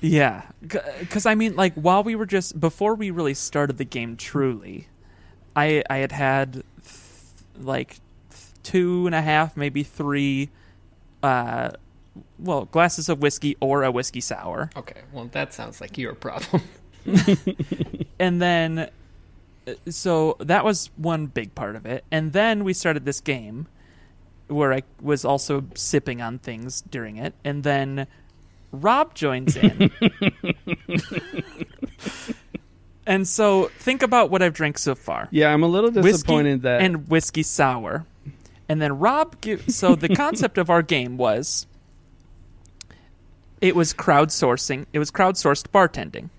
Yeah, because I mean, like while we were just before we really started the game, truly, I I had had th- like th- two and a half, maybe three, uh, well, glasses of whiskey or a whiskey sour,
Okay, well, that sounds like your problem. [laughs]
and then uh, so that was one big part of it, and then we started this game where I was also sipping on things during it, and then Rob joins in. and so think about what I've drank so far.
yeah, I'm a little disappointed that
and whiskey sour. And then Rob give, so the concept of our game was it was crowdsourcing. It was crowdsourced bartending.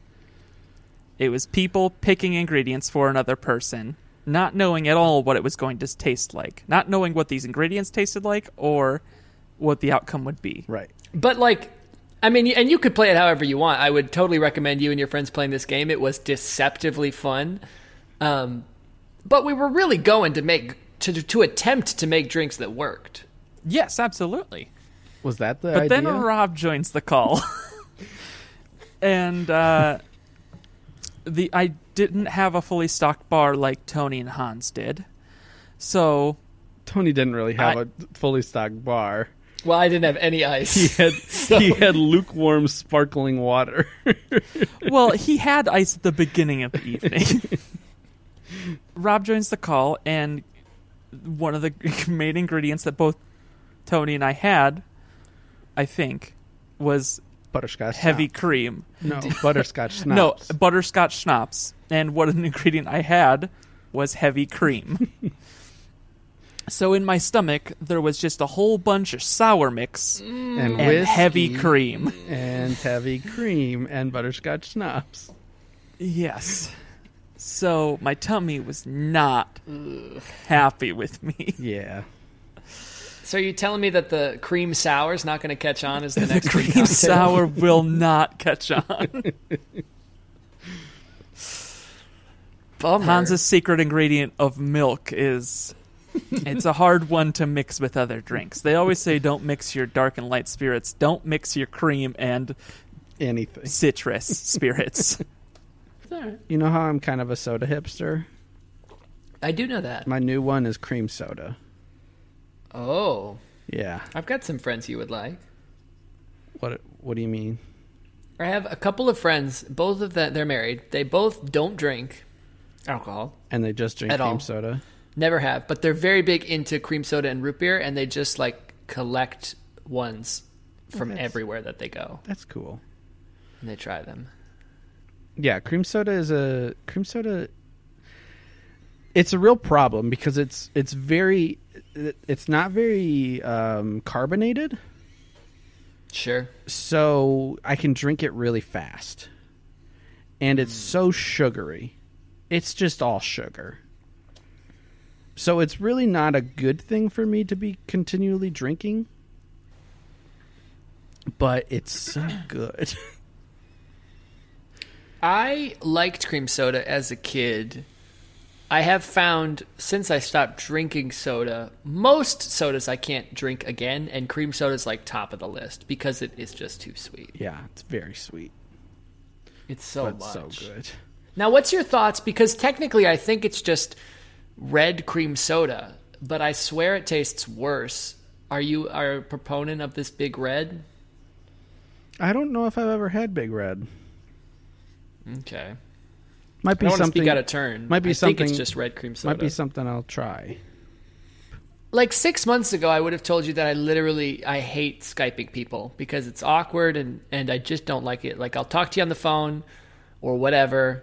It was people picking ingredients for another person, not knowing at all what it was going to taste like, not knowing what these ingredients tasted like or what the outcome would be.
right.
But like, I mean, and you could play it however you want. I would totally recommend you and your friends playing this game. It was deceptively fun, um, but we were really going to make to to attempt to make drinks that worked.
Yes, absolutely.
Was that the
But
idea?
then Rob joins the call, [laughs] and uh, the I didn't have a fully stocked bar like Tony and Hans did, so
Tony didn't really have
I-
a fully stocked
[laughs]
bar.
Well, I didn't have any
[laughs]
ice.
He had he had lukewarm sparkling water. [laughs]
well he had ice at the beginning of the evening. Rob joins the call, and one of the [laughs] main ingredients that both Tony and I had, I think, was
butterscotch.
heavy cream. [laughs]
schnapps. No, butterscotch schnapps.
No, butterscotch schnapps. And what an [laughs] ingredient I had was heavy cream.
[laughs]
so in my stomach, there was just a whole bunch of sour mix
and
mm, and
whiskey
heavy cream.
and heavy cream and butterscotch schnapps.
Yes. So my tummy was not happy with me.
Yeah.
So are you telling me that the cream sour is not going to catch on as [laughs] the next cream
Cream sour will not catch on.
Bummer.
Hans's secret ingredient of milk is it's a hard one to mix with other drinks. They always say don't mix your dark and light spirits, don't mix your cream and
Anything.
citrus spirits.
You know how I'm kind of a soda hipster?
I do know that.
My new one is cream soda.
Oh,
Yeah.
I've got some friends you would like.
What what do you mean?
I have a couple of friends. Both of them, they're married. They both don't drink alcohol.
And they just drink
At
cream
all.
soda.
Never have, but they're very big into cream soda and root beer, and they just like collect ones from everywhere that they go,
That's cool.
and they try them.
Yeah, cream soda is a cream soda. It's a real problem because it's it's very it- it's not very um, carbonated,
Sure,
so I can drink it really fast, and it's
Hmm.
so sugary. It's just all sugar. So it's really not a good thing for me to be continually drinking, but it's
[coughs]
so good.
I liked cream soda as a kid. I have found since I stopped drinking soda, most sodas I can't drink again, and cream soda's like top of the list because it is just too sweet.
yeah, it's very sweet,
It's so
but
much.
so good.
Now, what's your thoughts? Because technically, I think it's just red cream soda, but I swear it tastes worse. Are you are a proponent of this big red?
I don't know if I've ever had Big Red.
Okay,
Might
I
be
don't want to
something.
speak out of turn.
Might be
I
something.
Think it's just red cream soda.
Might be something I'll try.
like six months ago, I would have told you that I literally I hate skyping people because it's awkward and and I just don't like it. Like I'll talk to you on the phone or whatever.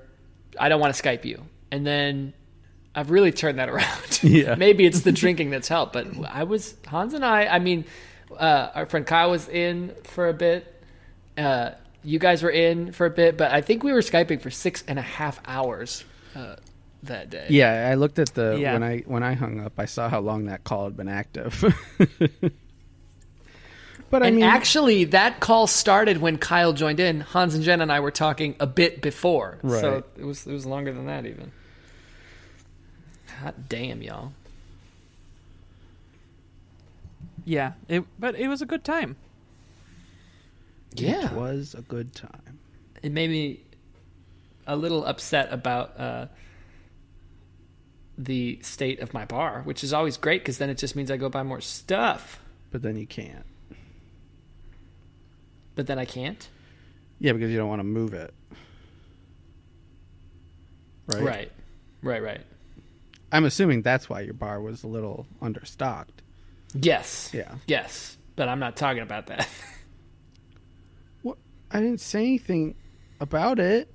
I don't want to Skype you. And then I've really turned that [laughs] around.
Yeah.
Maybe it's the drinking that's helped, but I was Hans and I. I mean, uh, our friend Kyle was in for a bit. Uh, you guys were in for a bit, but I think we were skyping for six and a half hours uh, that day.
Yeah, I looked at the
Yeah.
when I when I hung up, I saw how long that call had been active. [laughs] but I
and
mean,
actually, that call started when Kyle joined in. Hans and Jen and I were talking a bit before,
Right.
so it was it was longer than that even. Hot damn, y'all!
Yeah, it, but it was a good time.
it was a good time.
it made me a little upset about uh, the state of my bar, which is always great because then it just means I go buy more stuff,
But then you can't.
but then I can't.
Yeah, because you don't want to move it. Right?
Right, right, right.
I'm assuming that's why your bar was a little understocked.
Yes.
Yeah.
Yes, but I'm not talking about that. [laughs]
What? I didn't say anything about it.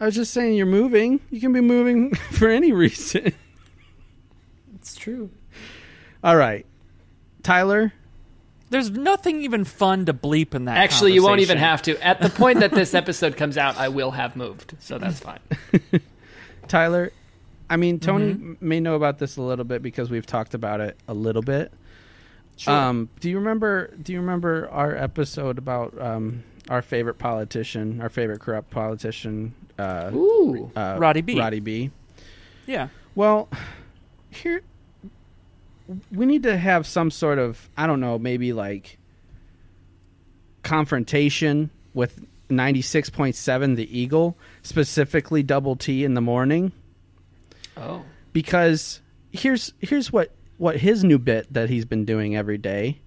I was just saying you're moving. You can be moving [laughs] for any reason.
it's true.
All right. Tyler,
There's nothing even fun to bleep in that.
Actually, you won't even
conversation.
have to. At the point that this episode comes out, I will have moved, so that's fine.
Tyler, I mean
Mm-hmm.
Tony m may know about this a little bit because we've talked about it a little bit. Um, do you remember? Do you remember our episode about um, our favorite politician, our favorite corrupt politician, uh,
[laughs] Ooh.
uh,
Roddy B.
Roddy B.
Yeah.
Well, here we need to have some sort of I don't know, maybe like confrontation with 96.7 the Eagle, specifically Double T in the morning
Oh.
because here's here's what what his new bit that he's been doing every day.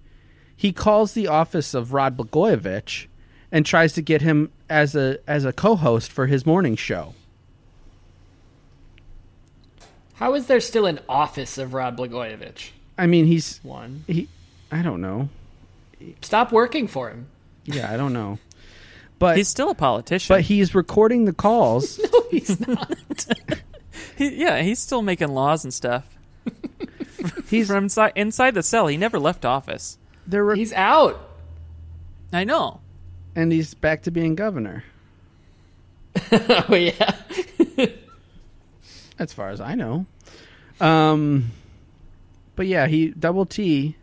He calls the office of Rod Blagojevich and tries to get him as a as a co-host for his morning show.
How is there still an office of Rod Blagojevich?
I mean, he's
One.
he I don't know.
Stop working for him.
Yeah, I don't know. But
He's still a politician.
but he's recording the calls.
He's not.
He, yeah, he's still making laws and stuff.
He's
From inside, inside the cell, he never left office.
they're rec-
He's out. [laughs]
I know.
and he's back to being governor.
Oh yeah.
as far as I know. Um, but yeah, he double T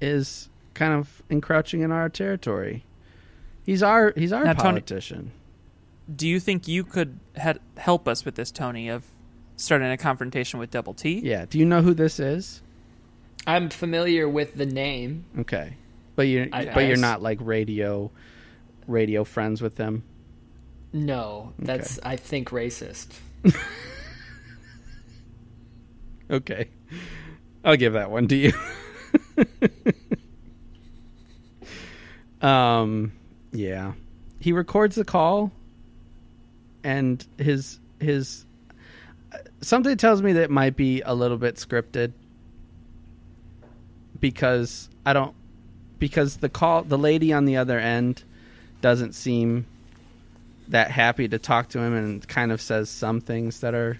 is kind of encroaching in our territory. He's our he's our
Now, Tony-
politician.
Do you think you could had, help us with this, Tony, of starting a confrontation with Double T?
Yeah. Do you know who this is?
I'm familiar with the name.
Okay, but you
I-
but you're
I-
not like radio radio friends with them.
No, that's I think racist.
Okay, I'll give that one to you. [laughs] um, yeah, he records the call, and his his something tells me that it might be a little bit scripted because I don't because the call the lady on the other end doesn't seem that happy to talk to him and kind of says some things that are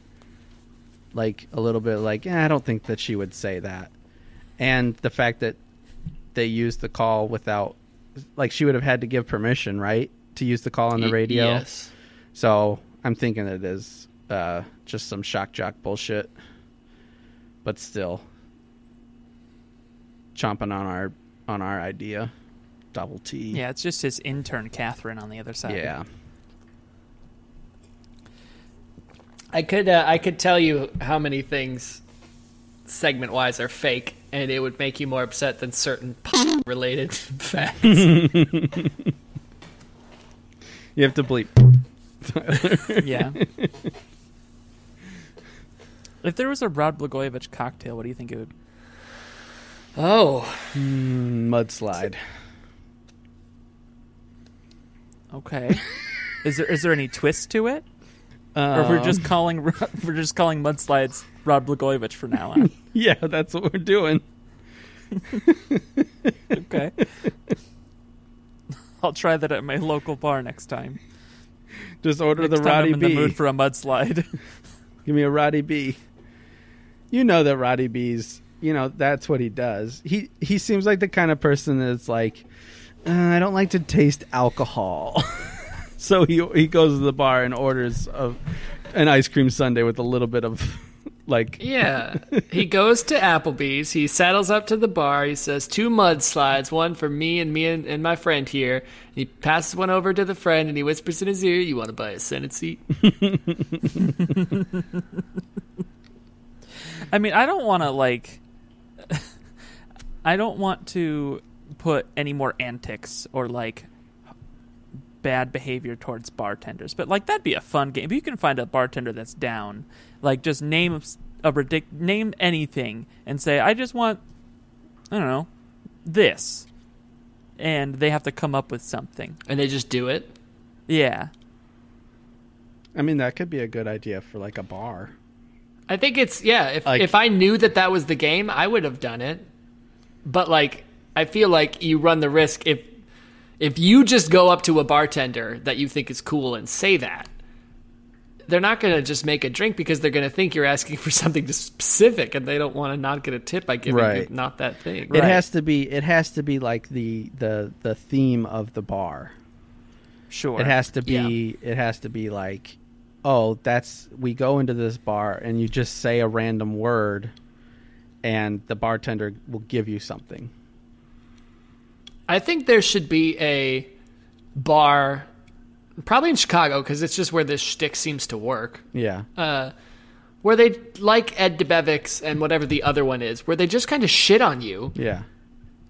like a little bit like eh, I don't think that she would say that and the fact that they used the call without like she would have had to give permission right to use the call on the
Y-
radio
Yes.
so I'm thinking it is uh, just some shock jock bullshit. But still, chomping on our on our idea, double T.
Yeah, it's just his intern, Catherine, on the other side.
yeah.
I could uh, I could tell you how many things segment wise are fake and it would make you more upset than certain [laughs] related facts.
You have to bleep.
[laughs] Yeah. if there was a Rod Blagojevich cocktail, what do you think it would
[laughs] oh.
Mudslide.
Okay. is there is there any twist to it? or
Um.
we're just calling Ro- [laughs] we're just calling mudslides Rod Blagojevich for now on.
[laughs] Yeah, that's what we're doing.
Okay. [laughs] I'll try that at my local bar next time.
Just order
Next
the
time
Roddy
I'm in the
B.
mood for a mudslide. [laughs]
Give me a Roddy B. You know that Roddy B's. You know that's what he does. He he seems like the kind of person that's like, uh, I don't like to taste alcohol. [laughs] so he he goes to the bar and orders a, an ice cream sundae with a little bit of [laughs] like
Yeah. he goes to Applebee's. He saddles up to the bar. He says, Two mudslides, one for me and me and, and my friend here. And he passes one over to the friend and he whispers in his ear, You want to buy a Senate seat?
I mean, I don't want to like. [laughs] I don't want to put any more antics or like bad behavior towards bartenders, but like that'd be a fun game. If you can find a bartender that's down, like just name a s- a ridic- name anything and say, "I just want, I don't know, this," and they have to come up with something.
And they just do it.
Yeah,
I mean that could be a good idea for like a bar.
I think it's yeah. If
Like-
if I knew that that was the game, I would have done it. But like, I feel like you run the risk if if you just go up to a bartender that you think is cool and say that, they're not going to just make a drink because they're going to think you're asking for something specific, and they don't want to not get a tip by giving
Right.
you not that thing.
It has to be it has to be like the the the theme of the bar.
sure.
It has to be it has to be like oh that's we go into this bar and you just say a random word and the bartender will give you something.
I think there should be a bar, probably in Chicago because it's just where this shtick seems to work.
Yeah.
where they like Ed DeBevick's and whatever the other one is, where they just kind of shit on you,
yeah.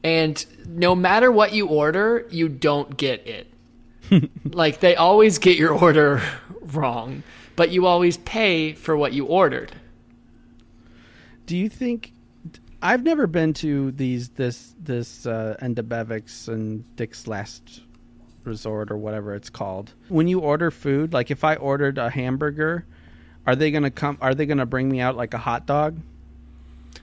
and no matter what you order, you don't get it. like they always get your order wrong, but you always pay for what you ordered.
Do you think I've never been to these this this uh Endabevics and Dick's Last Resort or whatever it's called. When you order food, like if I ordered a hamburger, are they gonna come are they gonna bring me out like a hot dog?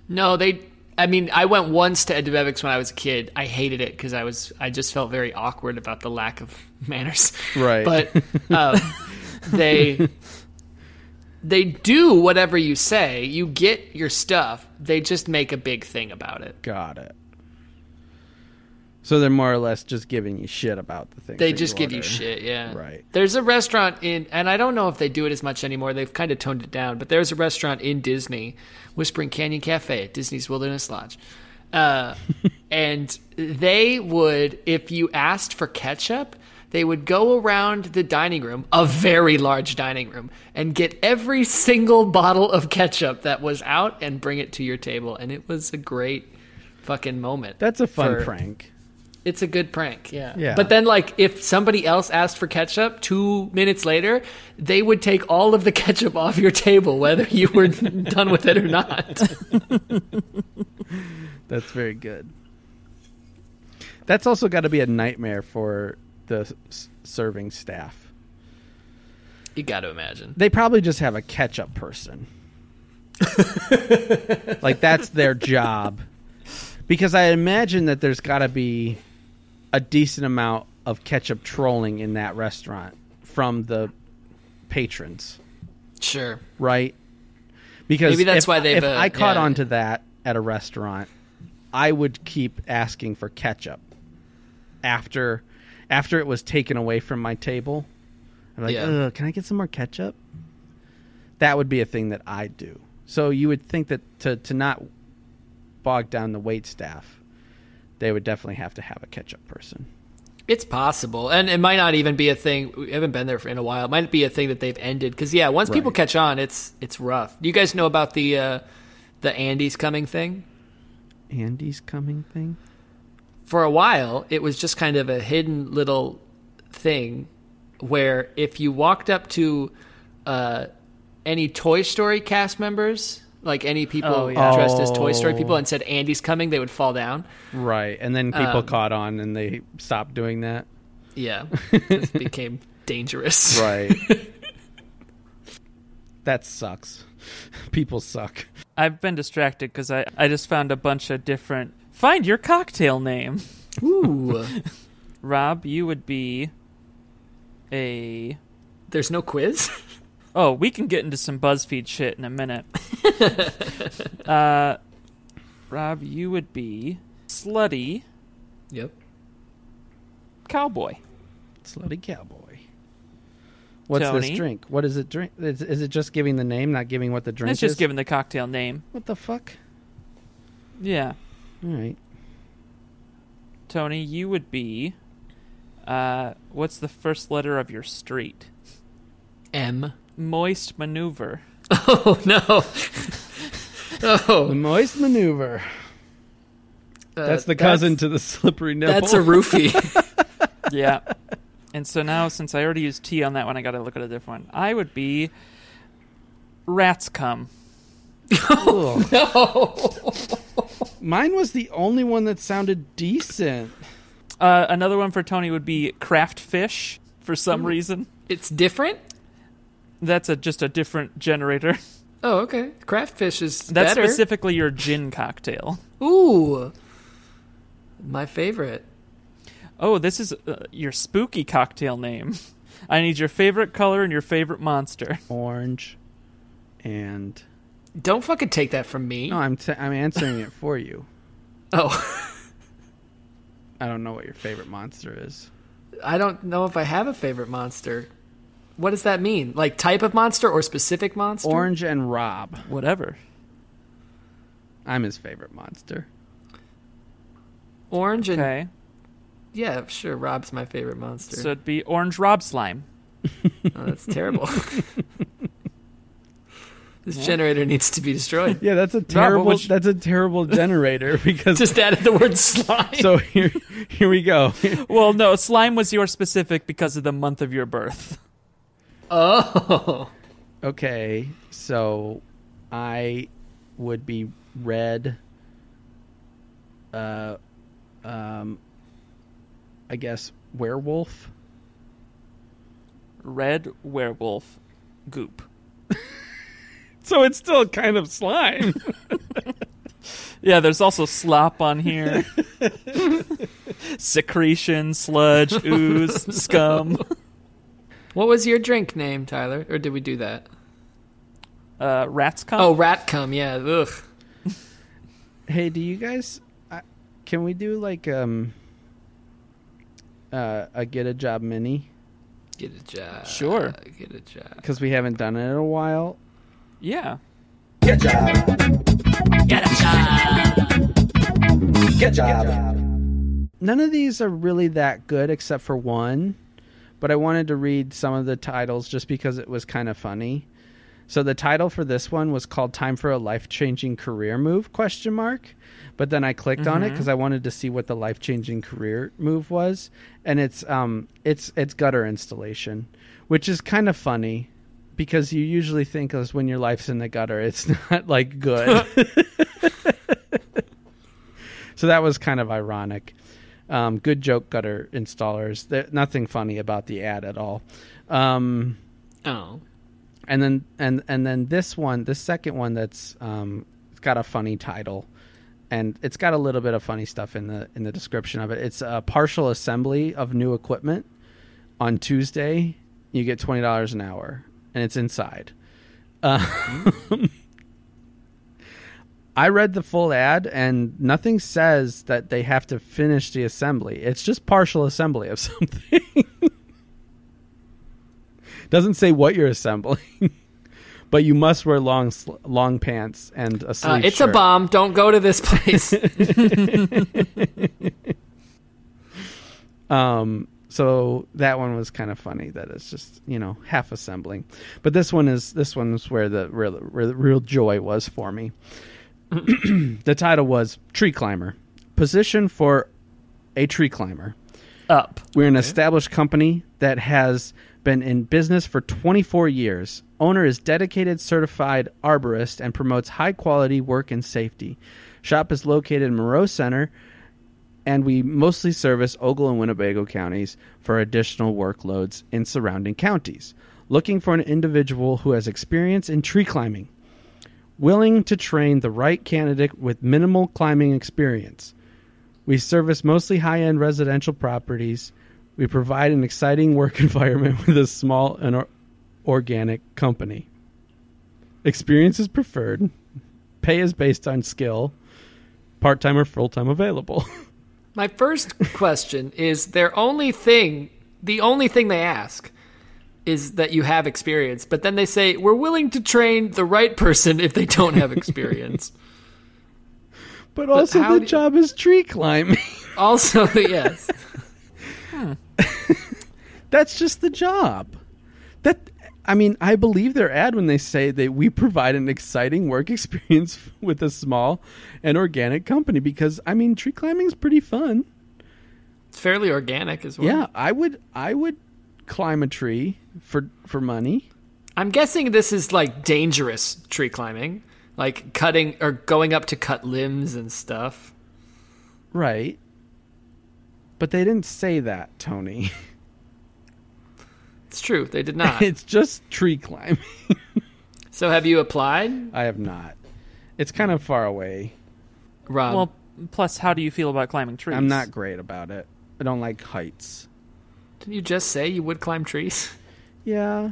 No, they. I mean, I went once to Ed DeBevick's when I was a kid. I hated it because I was. I just felt very awkward about the lack of [laughs] manners.
Right.
But um, they they do whatever you say. You get your stuff. They just make a big thing about it.
Got it. So they're more or less just giving you shit about the things.
They
that
just give you
order.
shit,
[laughs]
yeah.
Right.
There's a restaurant in, and I don't know if they do it as much anymore. They've kind of toned it down, but there's a restaurant in Disney, Whispering Canyon Cafe at Disney's Wilderness Lodge.
[laughs]
Uh, and they would, if you asked for ketchup, they would go around the dining room, a very large dining room, and get every single bottle of ketchup that was out and bring it to your table. And it was a great fucking moment.
That's a fun
for-
prank.
it's a good prank, yeah.
Yeah.
But then, like, if somebody else asked for ketchup two minutes later, they would take all of the ketchup [laughs] off your table, whether you were [laughs] done with it or not.
That's very good. That's also got to be a nightmare for the s- serving staff.
[laughs] You got to imagine.
They probably just have a ketchup
[laughs]
person. like that's their job. Because I imagine that there's got to be a decent amount of ketchup trolling in that restaurant from the patrons.
Sure.
right? Because
Maybe that's
if,
why they've,
If
uh,
I caught
yeah.
on to that at a restaurant, I would keep asking for ketchup after after it was taken away from my table. I'm like,
Yeah.
Ugh, can I get some more ketchup? That would be a thing that I do. So you would think that to to not bog down the wait staff, they would definitely have to have a ketchup person.
It's possible. And it might not even be a thing. We haven't been there for in a while. It might be a thing that they've ended. Because, yeah, once people
Right.
catch on, it's it's rough. Do you guys know about the, uh, the Andy's coming thing?
Andy's coming thing.
for a while, it was just kind of a hidden little thing where if you walked up to uh, any Toy Story cast members, like any people
Oh, yeah.
dressed as Toy Story
Oh.
people, and said Andy's coming, they would fall down.
Right, and then people
Um,
caught on and they stopped doing that.
Yeah, [laughs] it became dangerous.
Right.
[laughs]
that sucks. [laughs] People suck.
I've been distracted because I I just found a bunch of different find your cocktail name.
[laughs] Ooh,
Rob, you would be a.
there's no quiz.
Oh, we can get into some BuzzFeed shit in a minute. uh, Rob, you would be slutty
Yep.
cowboy.
Slutty cowboy. What's
Tony?
this drink? What is it drink? Is, is it just giving the name, not giving what the drink
It's
is?
just given the cocktail name.
what the fuck?
Yeah.
All right.
Tony, you would be. Uh, what's the first letter of your street?
M. [laughs]
Moist maneuver.
Oh no.
The
oh,
moist maneuver. that's the cousin to the slippery nipple.
Uh, That's a
[laughs]
roofie.
Yeah. and so now, since I already used T on that one, I got to look at a different one. I would be. Rats come.
[laughs] Ugh.
no.
[laughs] Mine was the only one that sounded decent.
Uh, another one for Tony would be craft fish. For some reason,
It's different.
that's a just a different generator.
Oh, okay. Craft fish is
That's
better.
specifically your gin cocktail.
Ooh, my favorite.
Oh, this is uh, your spooky cocktail name. [laughs] I need your favorite color and your favorite monster.
Orange, and
Don't fucking take that from me.
no, I'm t- I'm answering it for you.
Oh, [laughs]
I don't know what your favorite monster is.
I don't know if I have a favorite monster. What does that mean? Like type of monster or specific monster?
Orange and Rob.
Whatever.
I'm his favorite monster.
Orange and
Okay.
yeah, sure. Rob's my favorite monster.
So it'd be orange rob slime.
Oh,
[laughs]
that's terrible. [laughs] this generator needs to be destroyed.
Yeah, that's a
what
terrible.
would you-
That's a [laughs] terrible generator because.
[laughs] Just added the word
[laughs]
slime.
so here, here we go.
Well, no, slime was your specific because of the month of your birth.
[laughs] oh,
[laughs] Okay, so I would be red. Uh, um, I guess werewolf.
Red werewolf goop.
So it's still kind of slime.
Yeah, there's also slop
[laughs]
on here. Secretion, sludge,
[laughs]
ooze, scum.
what was your drink name, Tyler? Or did we do that?
Uh, rats come.
Oh, rat cum. Yeah. Ugh.
[laughs] hey, do you guys? I, can we do like um? Uh, a get a job mini
Get a job.
Sure.
Get a job.
because we haven't done it in a while.
Yeah.
none of these are really that good except for one but i wanted to read some of the titles just because it was kind of funny so the title for this one was called time for a life-changing career move question mark but then i clicked on it because i wanted to see what the life-changing career move was and it's um it's it's gutter installation which is kind of funny because you usually think as when your life's in the gutter it's [laughs] not like good so that was kind of ironic um, good joke gutter installers. There, nothing funny about the ad at all. Um,
Oh.
and then and and then this one, this second one that's um, it's got a funny title, and it's got a little bit of funny stuff in the in the description of it. It's a partial assembly of new equipment on Tuesday. You get twenty dollars an hour, and it's inside.
Mm-hmm.
[laughs] I read the full ad, and nothing says that they have to finish the assembly. It's just partial assembly of [laughs] something. Doesn't say what you're assembling, [laughs] but you must wear long sl- long pants and a
Uh,
sleeve
it's a
shirt.
bomb. Don't go to this place.
Um, so that one was kind of funny that it's just you know half assembling, but this one is this one is where the real where the real joy was for me. the title was tree climber position for a tree climber.
Up.
We're an established company that has been in business for 24 years. Owner is dedicated certified arborist and promotes high quality work and safety. Shop is located in Moreau Center, and we mostly service Ogle and Winnebago counties for additional workloads in surrounding counties. Looking for an individual who has experience in tree climbing, willing to train the right candidate with minimal climbing experience. We service mostly high end residential properties. We provide an exciting work [laughs] environment with a small and or- organic company. Experience is preferred. Pay is based on skill. Part time or full time available. [laughs]
My first question is their only thing, the only thing they ask is that you have experience, but then they say, we're willing to train the right person if they don't have experience.
But also,
how
the
do you-
job is tree climbing. [laughs]
also, [laughs] yes.
That's just the job. That I mean, I believe their ad when they say that we provide an exciting work [laughs] experience with a small and organic company because I mean, tree climbing is pretty fun.
It's fairly organic as well.
Yeah, I would I would climb a tree for for money.
I'm guessing this is like dangerous tree climbing, like cutting or going up to cut limbs and stuff.
Right. But they didn't say that, Tony. [laughs]
It's true, they did not.
it's just tree climbing. [laughs]
so have you applied,
I have not. It's kind of far away.
Rob?
well, plus, how do you feel about climbing trees?
Um, I'm not great about it. I don't like heights.
didn't you just say you would climb trees? [laughs]
Yeah.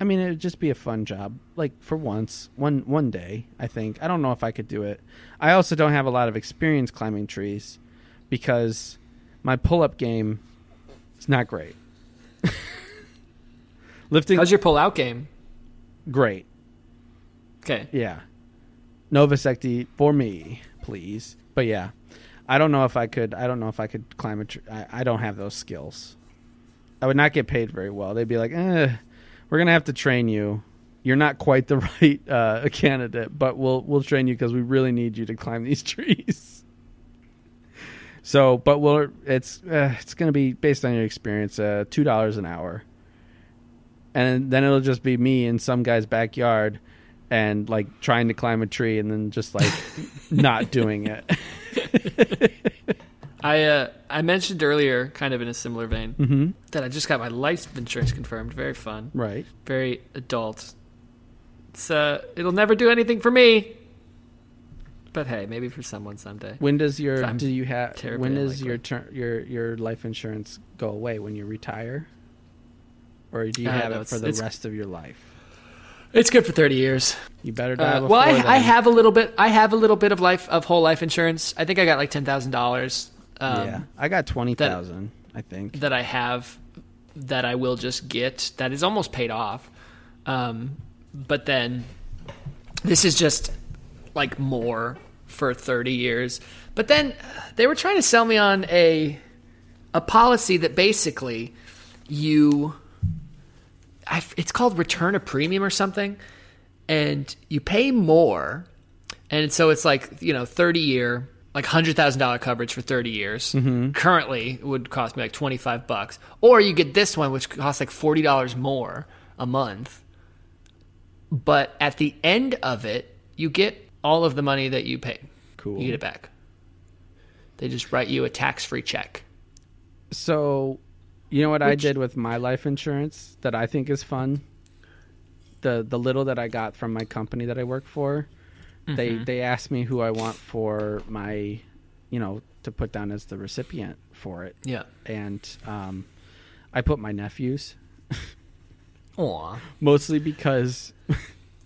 I mean, it would just be a fun job, like for once, one one day. I think I don't know if I could do it. I also don't have a lot of experience climbing trees because my pull-up game is not great. [laughs] Lifting
How's your pull-out game?
great,
Okay.
yeah. Novasecti for me, please. But yeah, I don't know if I could. I don't know if I could climb a tree. I, I don't have those skills. I would not get paid very well. They'd be like, eh, "We're gonna have to train you. You're not quite the [laughs] right uh, candidate, but we'll we'll train you because we really need you to climb these [laughs] trees." So, but we'll it's uh, it's gonna be based on your experience, uh, two dollars an hour and then it'll just be me in some guy's backyard and like trying to climb a tree and then just
[laughs]
like not doing it.
I uh, I mentioned earlier, kind of in a similar vein, that I just got my life insurance confirmed. Very fun,
Right.
very adult. It's uh, it'll never do anything for me, but hey, maybe for someone someday.
When does your
I'm
do you have
terribly
when does
unlikely.
your turn your your life insurance go away when you retire? Or do you
Uh,
have
no,
it for
it's-
the
it's-
rest of your life?
It's good for thirty years.
You better die
Uh,
before
well, I,
then.
I have a little bit. I have a little bit of life of whole life insurance. I think I got like ten thousand dollars. um,
yeah, I got twenty thousand. I think.
that I have that I will just get that is almost paid off. Um, but then this is just like more for 30 years. But then uh, they were trying to sell me on a a policy that basically you I f it's called return a premium or something and you pay more and so it's like you know 30 year like $100000 coverage for 30 years currently it would cost me like 25 bucks or you get this one which costs like $40 more a month but at the end of it you get all of the money that you paid
Cool.
you get it back they just write you a tax-free check
So, you know what I did with my life insurance that I think is fun? The the little that I got from my company that I work for, they they asked me who I want for my, you know, to put down as the recipient for it.
yeah
And um, I put my nephews
Aww.
mostly because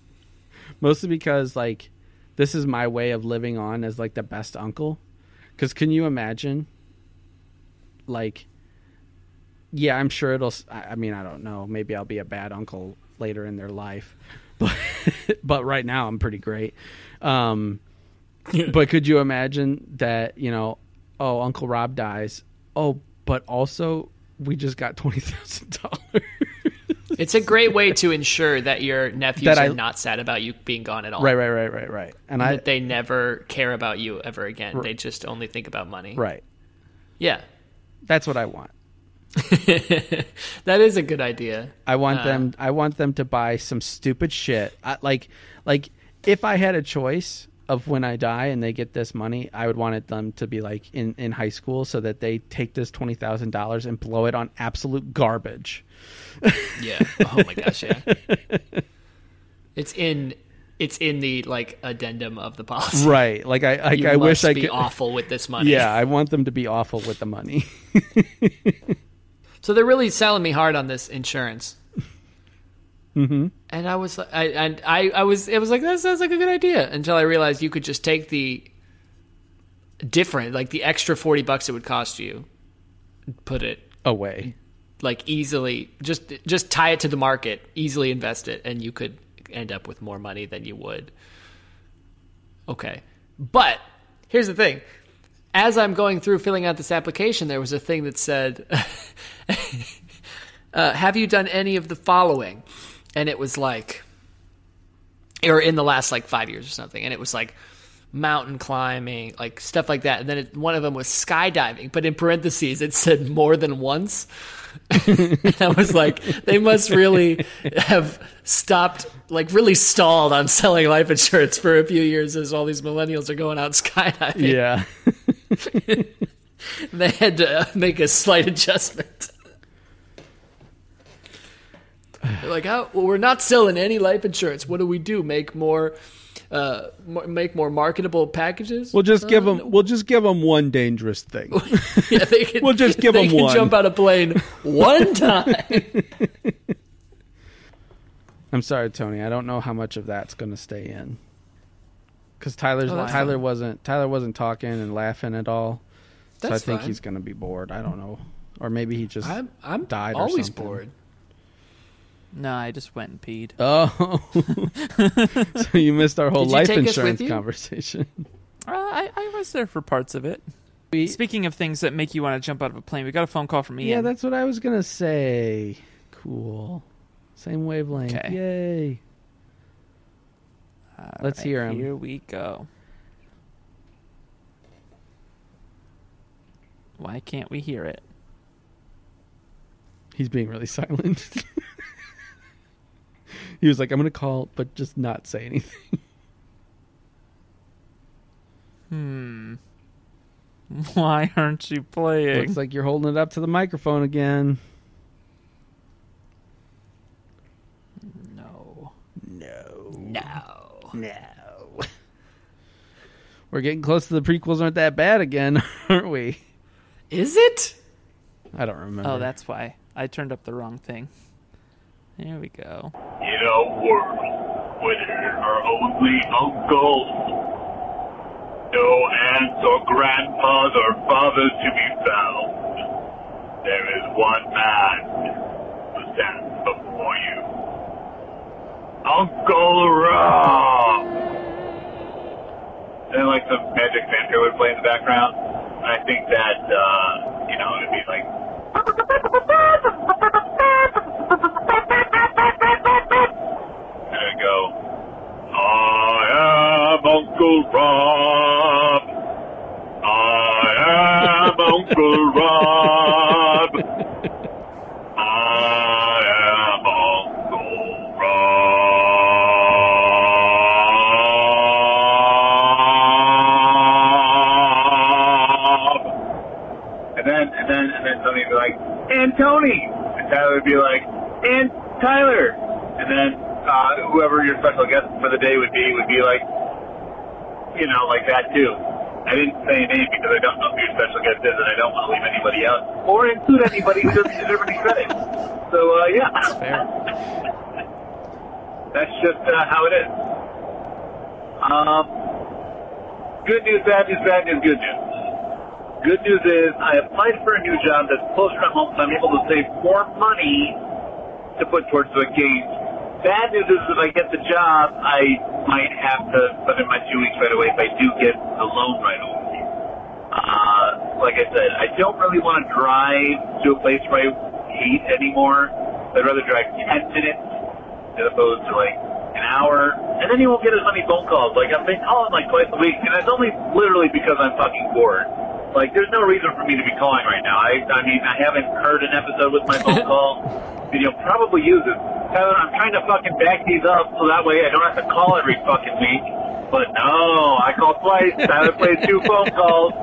[laughs] mostly because like this is my way of living on as like the best uncle because can you imagine like yeah i'm sure it'll s- i I mean i don't know maybe i'll be a bad uncle later in their life [laughs] but but right now i'm pretty great um but could you imagine that you know oh uncle rob dies oh but also we just got $20000 [laughs]
It's a great way to ensure that your nephews
That
are
I-
not sad about you being gone at all.
right right right right right and i
That they never care about you ever again. They just only think about money.
Right.
Yeah.
That's what I want.
That is a good idea.
I want them I want them to buy some stupid shit. I, like like if I had a choice of when I die and they get this money, I would want it them to be like in, in high school so that they take this twenty thousand dollars and blow it on absolute garbage.
Yeah. Oh my
[laughs]
gosh, yeah. it's in it's in the like addendum of the policy.
Right. Like I like
You
I wish
must
I
be
could [laughs]
awful with this money.
Yeah, I want them to be awful with the money. [laughs]
So they're really selling me hard on this insurance. Mm-hmm. And I was, I, and I, I was, it was like that sounds like a good idea until I realized you could just take the different, like the extra 40 bucks it would cost you, put it [laughs]
away.
like easily just just tie it to the market, easily invest it and you could end up with more money than you would. Okay. But here's the thing. As I'm going through filling out this application, there was a thing that said [laughs] uh, have you done any of the following? And it was like or in the last like 5 years or something and it was like mountain climbing, like stuff like that. And then it, one of them was skydiving, but in parentheses it said more than once. [laughs] and I was like, they must really have stopped, like really stalled on selling life insurance for a few years as all these millennials are going out skydiving.
Yeah.
They had to uh, make a slight adjustment. They're like, oh, well, we're not selling any life insurance. What do we do? Make more, uh, mo- make more marketable packages?
We'll just give them. We'll just give them one dangerous thing.
[laughs] Yeah, they can,
We'll just give
they
them
can
one.
jump out a plane one time.
I'm sorry, Tony. I don't know how much of that's going to stay in. Because Tyler's
Oh, that's
Tyler wasn't Tyler wasn't talking and laughing at all, so I
That's
think
fine.
he's going to be bored. I don't know, or maybe he just
I'm I'm
died. or
always
something.
bored.
No, I just went and peed.
[laughs] Oh,
[laughs]
so you missed our whole
Did you
life
take us
insurance
with you? [laughs]
conversation.
Uh, I, I was there for parts of it.
We-
Speaking of things that make you want to jump out of a plane, we got a phone call from Ian.
Yeah, that's what I was gonna say. Cool. Same wavelength.
Okay.
Yay.
All
let's
right,
hear 'em.
Here we go. Why can't we hear it?
He's being really [laughs] silent. he was like, I'm gonna call, but just not say anything.
[laughs] Why aren't you playing?
Looks like you're holding it up to the microphone again.
no.
[laughs] We're getting close to the prequels aren't that bad again, [laughs] aren't we?
Is it?
I don't remember.
Oh, that's why I turned up the wrong thing. There we go.
In a world where there are only uncles, no aunts or grandpas or fathers to be found, there is one man who stands before you. Uncle Rob! And like some magic fanfare would play in the background. And I think that, uh, you know, it'd be like and I go, I am Uncle Rob. I am Uncle Rob. I am Uncle Rob. And then, and then, and then somebody would be like, and Tony. And Tyler would be like, and Tyler. And then uh, whoever your special guest for the day would be would be like, you know, like that too. I didn't say a name because I don't know who your special guest is, and I don't want to leave anybody out or include anybody who doesn't deserve any credit. So uh, yeah, that's fair. [laughs] that's just uh, how it is. Um, good news, bad news, bad news, good news. Good news is I applied for a new job that's closer to home, so I'm able to save more money to put towards the game. Bad news is if I get the job, I might have to put in my two weeks right away if I do get the loan right away. Uh, like I said, I don't really want to drive to a place where I hate anymore. I'd rather drive 10 minutes as opposed to like an hour. And then you won't get as many phone calls. Like I've been calling like twice a week, and that's only literally because I'm fucking bored. Like there's no reason for me to be calling right now. I I mean I haven't heard an episode with my phone call, and you'll probably use it. Tyler, I'm trying to fucking back these up so that way I don't have to call every fucking week. But no, I call twice. Tyler plays two phone calls.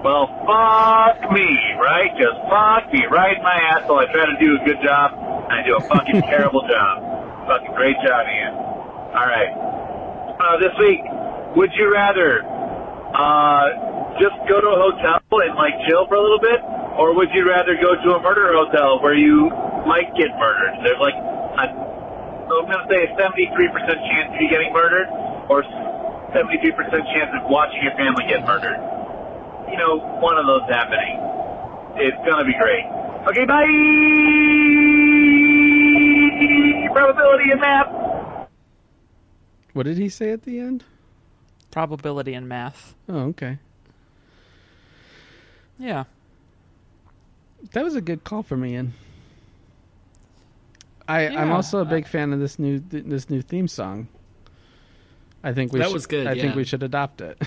Well, fuck me, right? Just fuck me right in my asshole. I try to do a good job, and I do a fucking terrible job. Fucking great job, Ian. All right. Uh, this week, would you rather uh, just go to a hotel and like chill for a little bit, or would you rather go to a murder hotel where you might get murdered? There's like a, I'm gonna say a 73% chance of you getting murdered, or 73% chance of watching your family get murdered. you know, one of those happening. It's gonna be great. Okay, bye. Probability and math.
What did he say at the end?
Probability and math.
Oh, okay.
Yeah.
That was a good call from Ian. I, I'm
Yeah,
also a big fan of this new th- this new theme song. I think we
That
should,
was good,
I think
yeah.
we should adopt it.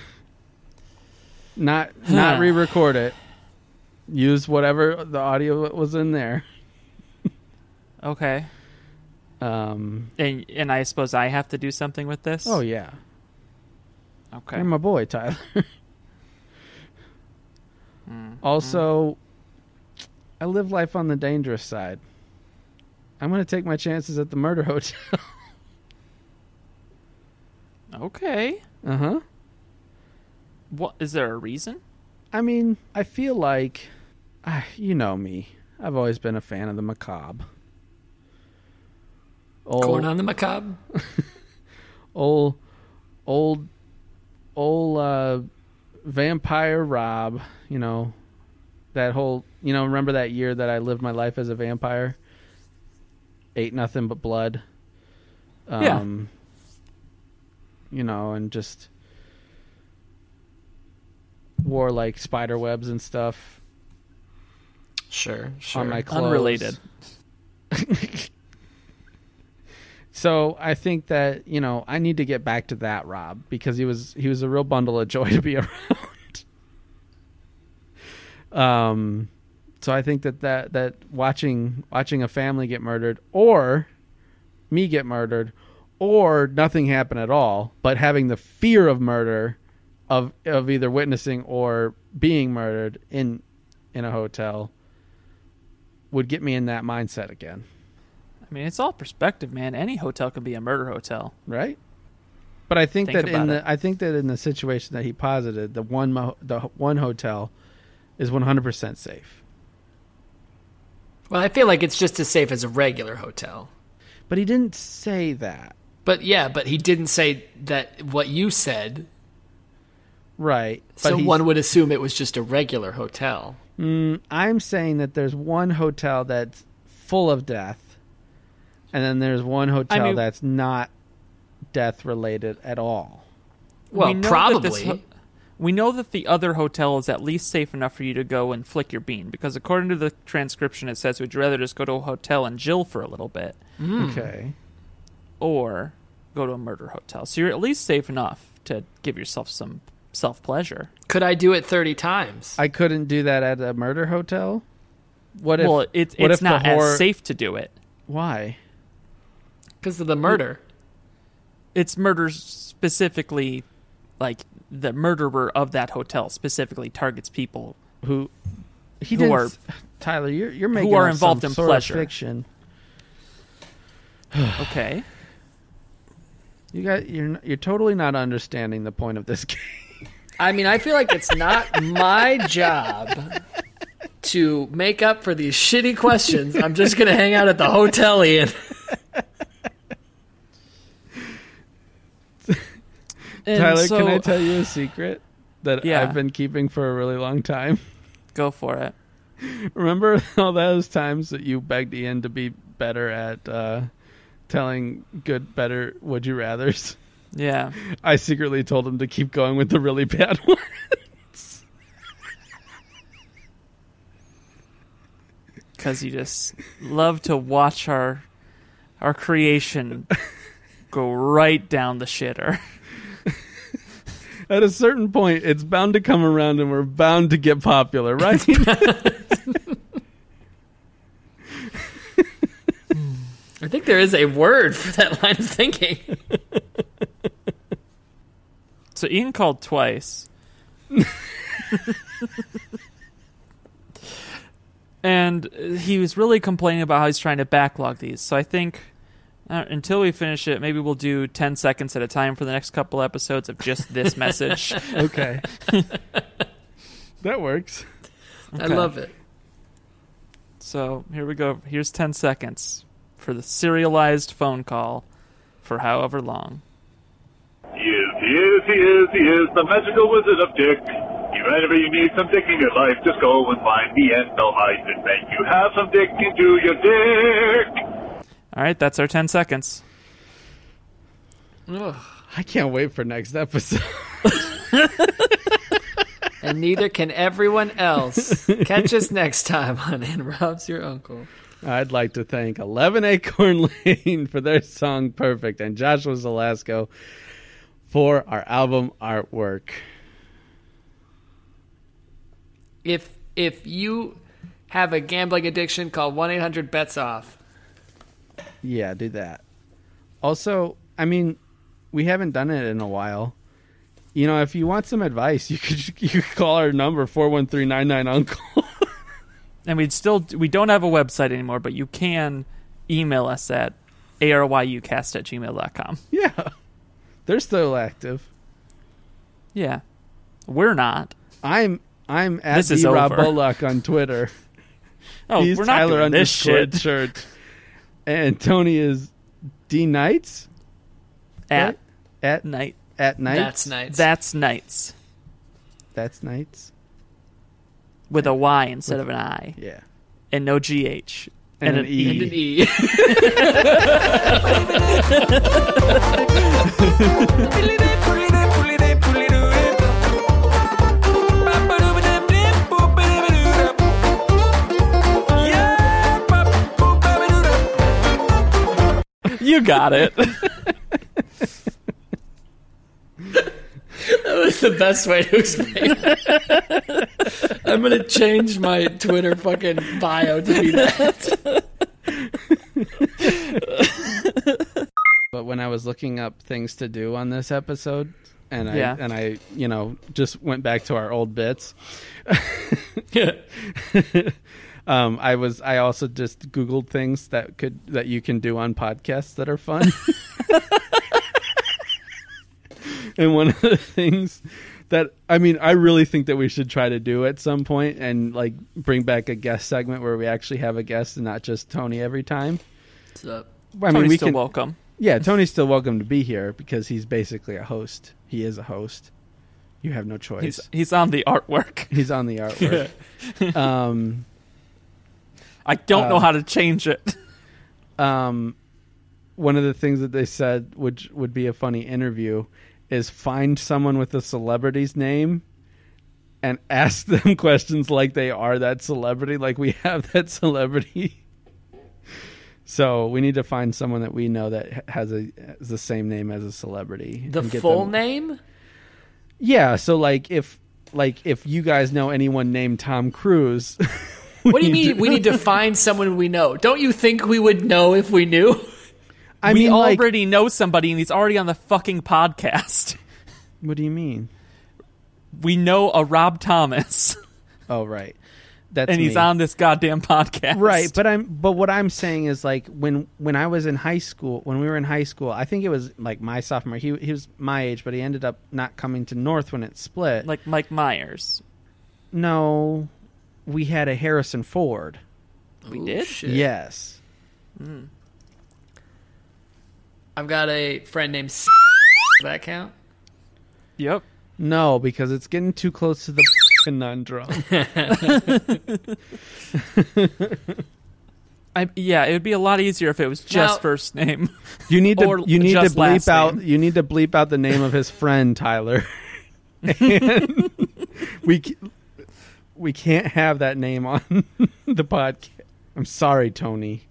[laughs] not not re-record it. Use whatever the audio that was in there.
Okay.
Um,
And and I suppose I have to do something with this.
oh yeah,
Okay.
you're my boy, Tyler. Also, I live life on the dangerous side. I'm going to take my chances at the murder [laughs] hotel.
Okay.
uh huh.
What is there a reason?
I mean, I feel like, I you know me. I've always been a fan of the macabre.
Corn
Old,
on the macabre.
old, old, old uh, vampire Rob. You know that whole. You know, remember that year that I lived my life as a vampire, ate nothing but blood.
Yeah.
Um, You know, and just wore like spider webs and stuff
Sure, sure.
on my clothes.
Unrelated.
So I think that you know I need to get back to that Rob because he was he was a real bundle of joy [laughs] to be around. um, so I think that that that watching watching a family get murdered or me get murdered or nothing happen at all, but having the fear of murder of of either witnessing or being murdered in in a hotel would get me in that mindset again.
I mean, it's all perspective, man. Any hotel can be a murder hotel.
right? But I think,
Think
that
about
in the
it.
I think that in the situation that he posited, the one mo- the h- one hotel is 100% safe.
Well, I feel like it's just as safe as a regular hotel.
But he didn't say that.
But yeah, but he didn't say that what you said.
Right. But
so
he's-
one would assume it was just a regular hotel.
I'm saying that there's one hotel that's full of death and then there's one hotel
mean-
that's not death related at all.
know
Well,
that this
probably.
ho- we know that the other hotel is at least safe enough for you to go and flick your bean because according to the transcription it says would you rather just go to a hotel and jill for a little bit
Okay.
or go to a murder hotel so you're at least safe enough to give yourself some self pleasure
Could I do it 30 times?
I couldn't do that at a murder hotel. What if
well it, it's
what if the
not
horror-
as safe to do it
Why?
Because of the murder.
it's murders specifically like the murderer of that hotel specifically targets people
who he
Who
didn't,
are-
s- Tyler, you're you're making
are
up some
involved in
sort of
pleasure.
fiction.
okay
You got you're n- you're totally not understanding the point of this [laughs] game.
I mean, I feel like it's not my job to make up for these shitty questions. I'm just going to hang out at the hotel, Ian.
And
Tyler,
so-
can I tell you a secret that
Yeah.
I've been keeping for a really long time? [laughs]
go for it
Remember [laughs] all those times that you begged Ian to be better at uh, telling good, better would you rather's? [laughs]
yeah
I secretly told him to keep going with the really [laughs] bad one.
because you just love to watch our our creation go right down the shitter. [laughs]
At a certain point, it's bound to come around, and we're bound to get popular,
[laughs]
right?
I think there is a word for that line of thinking.
So Ian called twice. and uh, he was really complaining about how he's trying to backlog these. So I think uh, until we finish it, maybe we'll do 10 seconds at a time for the next couple episodes of just this message.
okay, [laughs] that works.
I love it.
So here we go. Here's 10 seconds for the serialized phone call for however long.
Yes, yes, he is, he is, the magical wizard of dick. You whenever you need some dick in your life, just go and find me and I'll hide and make you have some dick into your dick.
All right, that's our 10 seconds.
I can't wait for next episode. [laughs]
and neither can everyone else. Catch us next time on And Rob's Your Uncle.
I'd like to thank 11 Acorn [laughs] Lane for their song Perfect and Joshua Zelasco for our album artwork.
If if you have a gambling addiction, call one eight hundred bets off.
Yeah, do that. Also, I mean, we haven't done it in a while. You know, if you want some advice, you could [laughs] you could call our number 41399 uncle.
And we'd still we don't have a website anymore, but you can email us at aryucast at gmail.com.
[laughs] yeah. They're still active.
Yeah. We're not.
I'm I'm at
This is
the Rob
over.
Bullock on Twitter.
Oh,
He's
we're not
Tyler
doing this
underscore
shit.
Church. And Tony is D Knights
At
at
night.
at night.
That's nights.
That's nights
That's nights.
with a Y instead of an I
Yeah.
and no GH
And an E.
and an [laughs] E.
E. You got it.
That's the best way to explain it. [laughs] I'm gonna change my Twitter fucking bio to be that.
But when I was looking up things to do on this episode and I
Yeah.
and I, you know, just went back to our old bits. um, I was I also just googled things that could that you can do on podcasts that are fun. and one of the things that I mean, I really think that we should try to do at some point and like bring back a guest segment where we actually have a guest and not just Tony every time.
What's up?
I mean,
Tony's
we
still
can
welcome.
yeah, Tony's still welcome to be here because he's basically a host. He is a host. You have no choice.
He's
He's,
he's on the artwork.
on
[laughs]
the artwork. um,
I don't know
Uh,
how to change it.
um, one of the things that they said, which would be a funny interview, is find someone with a celebrity's name and [laughs] ask them questions like they are that celebrity, like we have that celebrity. So we need to find someone that we know that ha- has a has the same name as a celebrity.
The
and get
full
them-
name?
Yeah, so like if like if you guys know anyone named Tom Cruise, [laughs]
What do you mean? We need to find someone we know. Don't you think we would know if we knew?
I
we
mean like
already know somebody and he's already on the fucking podcast.
what do you mean?
We know a Rob Thomas
Oh right. That's
and he's
me.
on this goddamn podcast.
Right, but I'm but what I'm saying is like when when I was in high school, when we were in high school, I think it was like my sophomore. He he was my age, but he ended up not coming to North when it split.
like Mike Myers.
no, we had a Harrison Ford.
We did?
Shit.
Yes.
I've got a friend named. Does that count?
Yep.
No, because it's getting too close to the [laughs] conundrum.
I, yeah, it would be a lot easier if it was just
Now-
first name.
You need
Or
to you need to
just
bleep
last
out
name.
you need to bleep out the name of his friend Tyler. [laughs] And we c- we can't have that name on [laughs] the podcast. I'm sorry, Tony.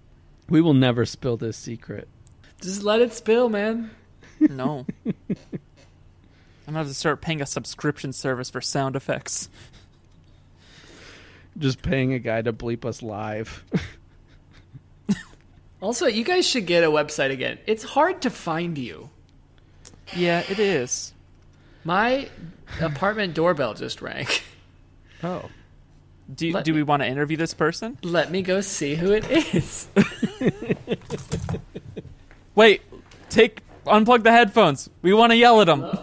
We will never spill this secret.
Just let it spill, man.
[laughs] no. I'm gonna have to start paying a subscription service for sound effects.
Just paying a guy to bleep us
[laughs]
live.
Also, you guys should get a website again. It's hard to find you.
Yeah, it is.
My apartment doorbell just rang. [laughs]
Oh,
Do you,
Let
do
me-
we want to interview this person?
Let me go see who it is.
Wait, take unplug the headphones. We want to yell at him.
Hi,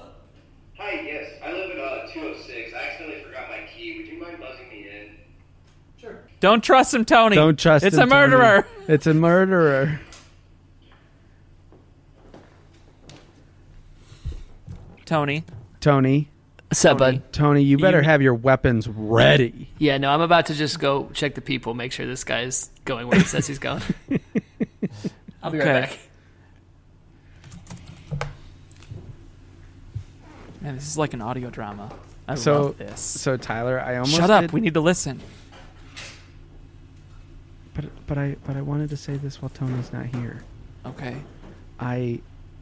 yes, I live at uh, 206. I accidentally forgot my key. Would you mind buzzing me in?
Don't trust him, Tony.
don't trust.
It's
him,
a murderer.
Tony. It's a murderer.
Tony.
Tony.
Sup, bud?
Tony, you better have your weapons
[laughs]
ready.
Yeah, no, I'm about to just go check the people, make sure this guy's going where he says he's going. [laughs] I'll be
Okay.
right back.
Man, this is like an audio drama. I
So,
love this.
so Tyler, I almost
Shut up.
did-
We need to listen.
but but I but I wanted to say this while Tony's not here.
Okay.
I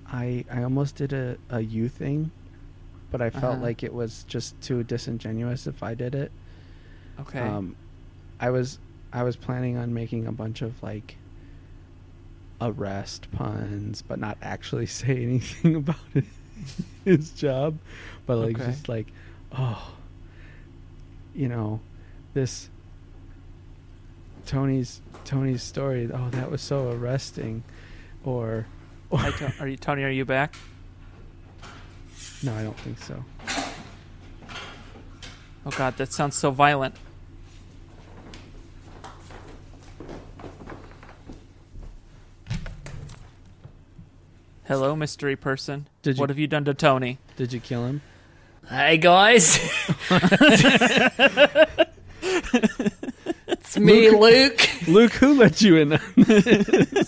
I I almost did a, a you thing, but I felt
Uh-huh.
like it was just too disingenuous if I did it.
Okay.
Um I was I was planning on making a bunch of like arrest puns, but not actually [laughs] say anything about it, his job, but like
Okay.
just like oh you know this Tony's Tony's story, oh that was so arresting or
Hi, To- are you Tony? Are you back?
No, I don't think so.
Oh God, that sounds so violent. Hello, mystery person.
Did you-
what have you done to Tony?
Did you kill him?
Hey guys, [laughs] it's me, Luke.
Luke, who let you in?